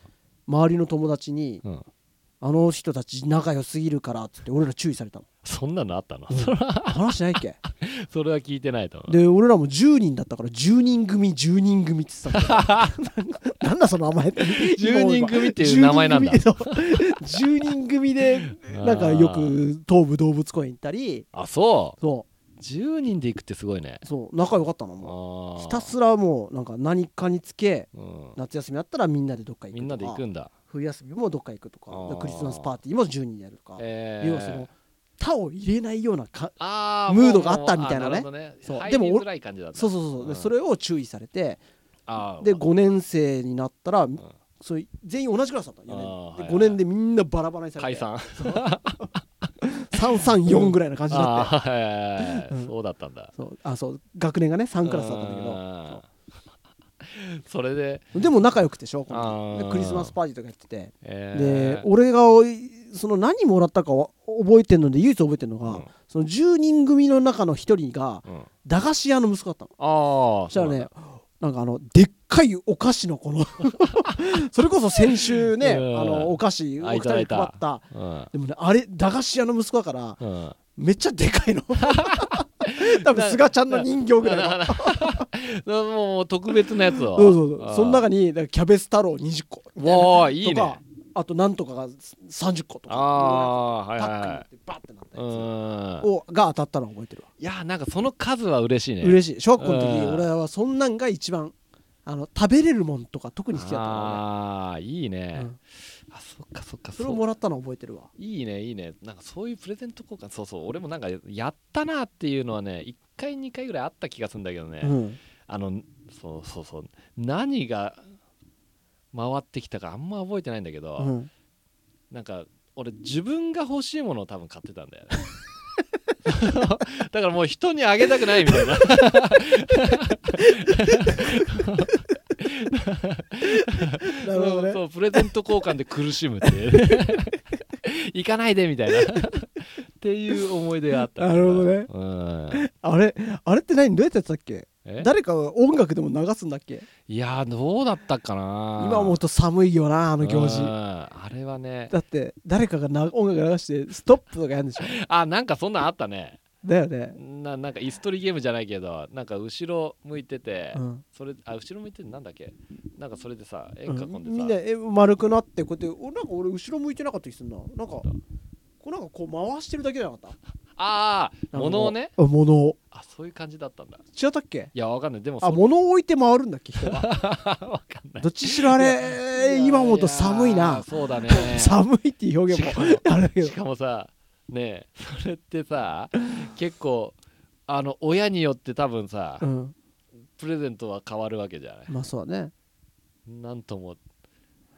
[SPEAKER 1] 周りの友達に
[SPEAKER 2] うんうん
[SPEAKER 1] 「あの人たち仲良すぎるから」っつって俺ら注意さ れたの
[SPEAKER 2] そんなのあったの、
[SPEAKER 1] 話しないっけ
[SPEAKER 2] それは聞いてないと思う
[SPEAKER 1] で俺らも10人だったから10人組10人組って言って たんだよなんだその名前って
[SPEAKER 2] 10人組っていう名前なんだ
[SPEAKER 1] 10人組そう10人組でなんかよ
[SPEAKER 2] あー
[SPEAKER 1] く東武動物公園行ったり
[SPEAKER 2] あそ
[SPEAKER 1] そう
[SPEAKER 2] 10人で行くってすごいね
[SPEAKER 1] そう仲良かったのもう
[SPEAKER 2] ひ
[SPEAKER 1] ひたすらもうなんか何かにつけ
[SPEAKER 2] うん、
[SPEAKER 1] 夏休みだったらみんなでどっか行くとか
[SPEAKER 2] みんなで行くんだ
[SPEAKER 1] 冬休みもどっか行くと
[SPEAKER 2] あ
[SPEAKER 1] か
[SPEAKER 2] ー
[SPEAKER 1] クリスマスパーティーも10人やるとか、
[SPEAKER 2] え
[SPEAKER 1] 要はその他を入れないようなか
[SPEAKER 2] あー
[SPEAKER 1] ムード
[SPEAKER 2] もう
[SPEAKER 1] があった
[SPEAKER 2] もう
[SPEAKER 1] みたいなね
[SPEAKER 2] あるほどね
[SPEAKER 1] そう
[SPEAKER 2] 入
[SPEAKER 1] でも
[SPEAKER 2] りづらい感じだった
[SPEAKER 1] そうそうそう、
[SPEAKER 2] うん
[SPEAKER 1] でそれを注意されて
[SPEAKER 2] あー
[SPEAKER 1] で5年生になったら、
[SPEAKER 2] ん
[SPEAKER 1] そういう全員同じクラスだった
[SPEAKER 2] あー
[SPEAKER 1] 4
[SPEAKER 2] はいは
[SPEAKER 1] 年で
[SPEAKER 2] い
[SPEAKER 1] 5年でみんなバラバラにされ
[SPEAKER 2] 解
[SPEAKER 1] て
[SPEAKER 2] 散
[SPEAKER 1] 334ぐらいな感じになって
[SPEAKER 2] あーはいはいはい
[SPEAKER 1] うん
[SPEAKER 2] そうだったんだ
[SPEAKER 1] そうあそう学年がね3クラスだったんだけど
[SPEAKER 2] あーそれで、
[SPEAKER 1] でも仲良くてしょこ
[SPEAKER 2] あ
[SPEAKER 1] の
[SPEAKER 2] ー
[SPEAKER 1] でクリスマスパーティーとかやっててで
[SPEAKER 2] えー
[SPEAKER 1] 俺がおいその何もらったかは覚えてるので唯一覚えてるのが、
[SPEAKER 2] うん
[SPEAKER 1] その10人組の中の1人が
[SPEAKER 2] うん、
[SPEAKER 1] 駄菓子屋の息子だったの
[SPEAKER 2] ああ
[SPEAKER 1] そしたらねなんかあのでっかいお菓子の このそれこそ先週ねあ
[SPEAKER 2] うん
[SPEAKER 1] のお菓子お
[SPEAKER 2] あ
[SPEAKER 1] 二
[SPEAKER 2] い
[SPEAKER 1] 人
[SPEAKER 2] ただ
[SPEAKER 1] に配
[SPEAKER 2] いた
[SPEAKER 1] った
[SPEAKER 2] うん
[SPEAKER 1] でもねあれ駄菓子屋の息子だから
[SPEAKER 2] うん、
[SPEAKER 1] めっちゃでか いの多分菅ちゃんの人形ぐらいの
[SPEAKER 2] もう特別なやつを
[SPEAKER 1] そうそうそうその中
[SPEAKER 2] に
[SPEAKER 1] にだからキャベツ太郎20個
[SPEAKER 2] わあいい
[SPEAKER 1] とか
[SPEAKER 2] ね
[SPEAKER 1] あとなんとかが30個と
[SPEAKER 2] あ
[SPEAKER 1] か
[SPEAKER 2] あはい
[SPEAKER 1] パックにな
[SPEAKER 2] は
[SPEAKER 1] ってバッてなった
[SPEAKER 2] い
[SPEAKER 1] や
[SPEAKER 2] うん
[SPEAKER 1] つをが当たったのを覚えてるわ
[SPEAKER 2] いやなんかその数は嬉しいねし
[SPEAKER 1] 嬉しい小学校の時
[SPEAKER 2] うん
[SPEAKER 1] 俺はそんなんが一番あの食べれるもんとか特に好きだったの
[SPEAKER 2] ああいい
[SPEAKER 1] 俺
[SPEAKER 2] ね、
[SPEAKER 1] うん
[SPEAKER 2] あそっかそっか
[SPEAKER 1] それ
[SPEAKER 2] う
[SPEAKER 1] をもらったのを覚えてるわ
[SPEAKER 2] いいねいいねなんかそういうプレゼント交換そうそう俺もなんかやったなっていうのはね1回2回ぐらいあった気がするんだけどね、
[SPEAKER 1] うん
[SPEAKER 2] あのそうそうそう何が回ってきたかあんま覚えてないんだけど、
[SPEAKER 1] うん
[SPEAKER 2] なんか俺自分が欲しいものを多分買ってたんだよね だからもう人にあげたくないみたいな
[SPEAKER 1] なるほど
[SPEAKER 2] そ
[SPEAKER 1] ね
[SPEAKER 2] うプレゼント交換で苦しむっていう ね行かないでみたいなっていう思い出があった
[SPEAKER 1] なるほどね
[SPEAKER 2] うん
[SPEAKER 1] あれあれって何どうやってやってたっけ
[SPEAKER 2] え
[SPEAKER 1] 誰かが音楽でも流すんだっけ
[SPEAKER 2] いやーどうだったかな
[SPEAKER 1] 今思うと寒いよなあ
[SPEAKER 2] うん
[SPEAKER 1] の行事
[SPEAKER 2] あれはね
[SPEAKER 1] だって誰かがな音楽流してストップとかやるんでしょ
[SPEAKER 2] あなんかそんなんあったね
[SPEAKER 1] だよね
[SPEAKER 2] ななんか椅子取りゲームじゃないけどなんか後ろ向いてて、
[SPEAKER 1] うん
[SPEAKER 2] それあ後ろ向いててなんだっけなんかそれでさ円囲
[SPEAKER 1] うん
[SPEAKER 2] でさ、
[SPEAKER 1] みんなえ丸くなってこうやっておなんか俺後ろ向いてなかった気すんななんかこうなんかこう回してるだけじゃなかっ
[SPEAKER 2] ああ
[SPEAKER 1] た
[SPEAKER 2] 物をね
[SPEAKER 1] あ物を
[SPEAKER 2] あそういう感じだったんだ
[SPEAKER 1] 違ったっけ
[SPEAKER 2] いやわかんないでも
[SPEAKER 1] あ
[SPEAKER 2] そ
[SPEAKER 1] 物を置いて回るんだっけ人が
[SPEAKER 2] わかんない
[SPEAKER 1] どっちしろあれ今思うと寒い
[SPEAKER 2] や
[SPEAKER 1] な
[SPEAKER 2] ーそうだね
[SPEAKER 1] 寒いっていう表現も あれだけど
[SPEAKER 2] しかもさねえそれってさ結構あの親によって多分さ、
[SPEAKER 1] うん
[SPEAKER 2] プレゼントは変わるわけじゃない
[SPEAKER 1] まあそうだね、
[SPEAKER 2] なんとも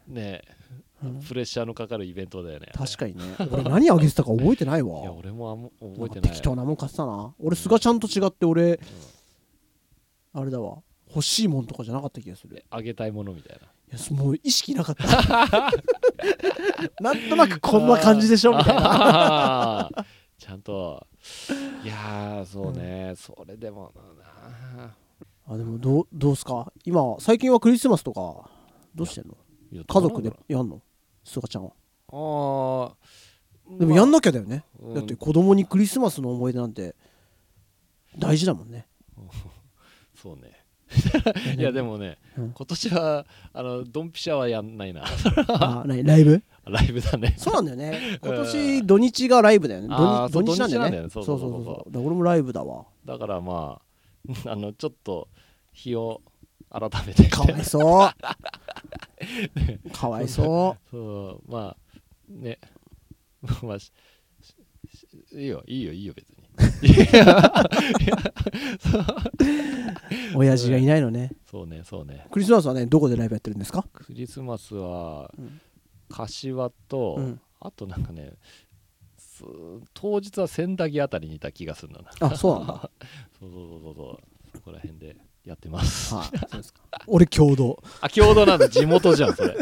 [SPEAKER 2] ね
[SPEAKER 1] うん
[SPEAKER 2] えプレッシャーのかかるイベントだよね
[SPEAKER 1] 確かにね俺何あげてたか覚えてない
[SPEAKER 2] い
[SPEAKER 1] わ
[SPEAKER 2] や俺もあんま
[SPEAKER 1] なん
[SPEAKER 2] 覚
[SPEAKER 1] か
[SPEAKER 2] えてない
[SPEAKER 1] 適当なもん買ってたな俺菅ちゃんと違って俺、あれだわ欲しいもんとかじゃなかった気がする
[SPEAKER 2] えあげたいものみたいない
[SPEAKER 1] やそもう意識なかった なんとなくこんな感じでしょみたいな
[SPEAKER 2] な ちゃんといやーそうね、それでもな
[SPEAKER 1] あでもどうどうすか今最近はクリスマスとかどうしてんの
[SPEAKER 2] いや
[SPEAKER 1] 家族でやんのすがちゃんは
[SPEAKER 2] あー
[SPEAKER 1] でもやんなきゃだよね、
[SPEAKER 2] うん
[SPEAKER 1] だって子供にクリスマスの思い出なんて大事だもん ね
[SPEAKER 2] そうねいやでもね、
[SPEAKER 1] うん
[SPEAKER 2] 今年はあのドンピシャはやんないな
[SPEAKER 1] あ何ライブ
[SPEAKER 2] ライブだね
[SPEAKER 1] そうなんだよね
[SPEAKER 2] うん
[SPEAKER 1] 今年土日がライブだよね
[SPEAKER 2] あー
[SPEAKER 1] 土日土日なんだよね
[SPEAKER 2] そ
[SPEAKER 1] そうう
[SPEAKER 2] 土
[SPEAKER 1] そ
[SPEAKER 2] 日
[SPEAKER 1] う
[SPEAKER 2] なんだよねそうそうそうそう
[SPEAKER 1] そうそうだから俺もライブだわ
[SPEAKER 2] だからまああのちょっと日を改めて
[SPEAKER 1] かわいそう かわいそ
[SPEAKER 2] そうまあね まあしししいいよいいよいいよ別に
[SPEAKER 1] う親父がいないのね
[SPEAKER 2] そうねそうね
[SPEAKER 1] クリスマスはねどこでライブやってるんですか
[SPEAKER 2] クリスマスは
[SPEAKER 1] うん
[SPEAKER 2] 柏と、
[SPEAKER 1] うん
[SPEAKER 2] あとなんかねす当日は千駄木あたりにいた気がするんだな
[SPEAKER 1] あそう なんだ
[SPEAKER 2] そうそうそうそうそうそこら辺でやってます
[SPEAKER 1] はいそうですか俺共同
[SPEAKER 2] あ共同なんだ地元じゃんそれ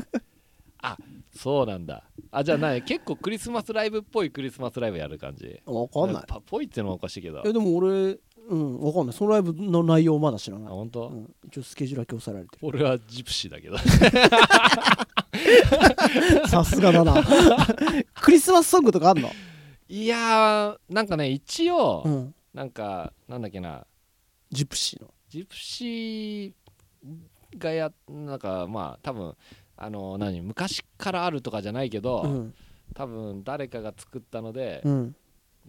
[SPEAKER 2] あそうなんだあじゃあ何結構クリスマスライブっぽいクリスマスライブやる感じ
[SPEAKER 1] わかんない
[SPEAKER 2] パぽいってのはおかしいけど
[SPEAKER 1] いやでも俺うんわかんないそのライブの内容まだ知ら
[SPEAKER 2] あ
[SPEAKER 1] ない、
[SPEAKER 2] 本当、
[SPEAKER 1] うん、一応スケジュールだけ押さえられてる
[SPEAKER 2] 俺はジプシーだけど
[SPEAKER 1] さすがだな クリスマスソングとかあんの、
[SPEAKER 2] いやーなんかね一応、
[SPEAKER 1] うん、
[SPEAKER 2] なんかなんだっけな
[SPEAKER 1] ジプシーの
[SPEAKER 2] ジプシーがやなんかまあ多分あの何昔からあるとかじゃないけど、
[SPEAKER 1] うん
[SPEAKER 2] 多分誰かが作ったので
[SPEAKER 1] う、ん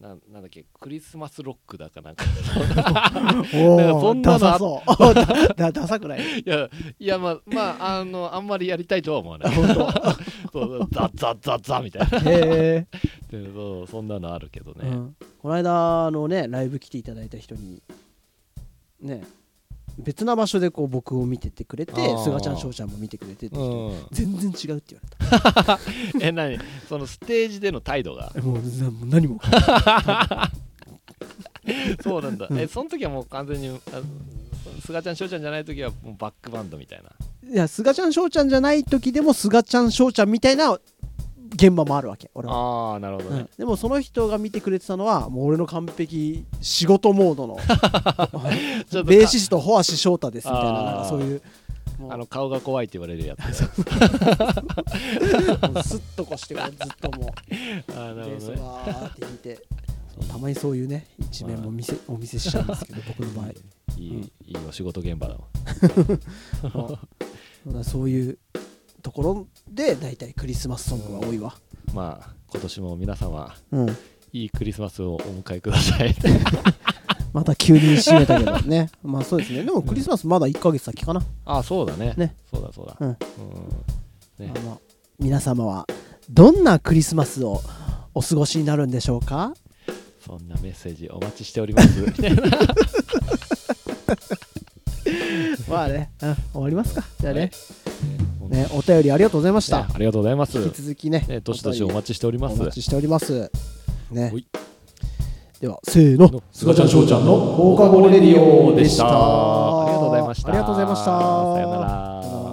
[SPEAKER 2] ななんだっけクリスマスロックだかなんか
[SPEAKER 1] お
[SPEAKER 2] そ
[SPEAKER 1] お
[SPEAKER 2] んなのあ
[SPEAKER 1] ダサそうだ だダサくない
[SPEAKER 2] いやいやまあまああのあんまりやりたいとは思わない
[SPEAKER 1] 本当
[SPEAKER 2] そうそうザッザッザッザッみたいな
[SPEAKER 1] へえ、
[SPEAKER 2] でそうそんなのあるけど
[SPEAKER 1] う
[SPEAKER 2] ね、
[SPEAKER 1] ん、この間あのねライブ来ていただいた人にね別な場所でこう僕を見ててくれて
[SPEAKER 2] あー
[SPEAKER 1] すがちゃん翔ちゃんも見てくれてって人
[SPEAKER 2] うん
[SPEAKER 1] 全然違うって言われ
[SPEAKER 2] え何そのステージでの態度が
[SPEAKER 1] たもうなもう何も
[SPEAKER 2] そうなんだ
[SPEAKER 1] うん
[SPEAKER 2] えその時はもう完全にあすがちゃんしょうちゃんじゃない時はもうバックバンドみたいない
[SPEAKER 1] やすがちゃん翔ちゃんじゃない時でもすがちゃん翔ちゃんみたいな現場もあるわけ俺は
[SPEAKER 2] ああなるほど
[SPEAKER 1] うん
[SPEAKER 2] ね、
[SPEAKER 1] でもその人が見てくれてたのはもう俺の完璧仕事モ ードの
[SPEAKER 2] ちょっとか
[SPEAKER 1] ベーシストホアシ翔太ですみたい
[SPEAKER 2] あ
[SPEAKER 1] な
[SPEAKER 2] ー
[SPEAKER 1] なんかそういうもう
[SPEAKER 2] あの顔が怖いって言われるやつ
[SPEAKER 1] もうスッとこしてこ うずっともう
[SPEAKER 2] あー
[SPEAKER 1] ベ
[SPEAKER 2] なる
[SPEAKER 1] ー
[SPEAKER 2] ほ
[SPEAKER 1] ス
[SPEAKER 2] どね
[SPEAKER 1] バーって弾いてそうたまにそういうね一面も見せお見せしちゃうんですけど僕の場合
[SPEAKER 2] いい,、いいお仕事現場だわ
[SPEAKER 1] うんだからそういうところで大体クリスマスソングが多いわ
[SPEAKER 2] まあ今年も皆様
[SPEAKER 1] うん
[SPEAKER 2] いいクリスマスをお迎えください
[SPEAKER 1] また急に締めたけどね まあそうですねでもクリスマスまだ1ヶ月先かな
[SPEAKER 2] ああそうだね
[SPEAKER 1] ね
[SPEAKER 2] そうだそうだ
[SPEAKER 1] うん
[SPEAKER 2] うんね
[SPEAKER 1] あの皆様はどんなクリスマスをお過ごしになるんでしょう か
[SPEAKER 2] そんなメッセージお待ちしております
[SPEAKER 1] まあね、うん、終わりますかじゃあね,、
[SPEAKER 2] はい
[SPEAKER 1] ねお便りありがとうございまし
[SPEAKER 2] ね
[SPEAKER 1] た、
[SPEAKER 2] ありがとうございます
[SPEAKER 1] 引き続きね
[SPEAKER 2] ねどしどしお待ちしており
[SPEAKER 1] お
[SPEAKER 2] ま
[SPEAKER 1] 便
[SPEAKER 2] す
[SPEAKER 1] りお待ちしておりますね
[SPEAKER 2] ほい
[SPEAKER 1] ではせーの
[SPEAKER 2] のすがちゃんしょうちゃんの
[SPEAKER 1] 放課後レディオ
[SPEAKER 2] でしたありがとうございました
[SPEAKER 1] ありがとうございました
[SPEAKER 2] さよなら
[SPEAKER 1] さよなら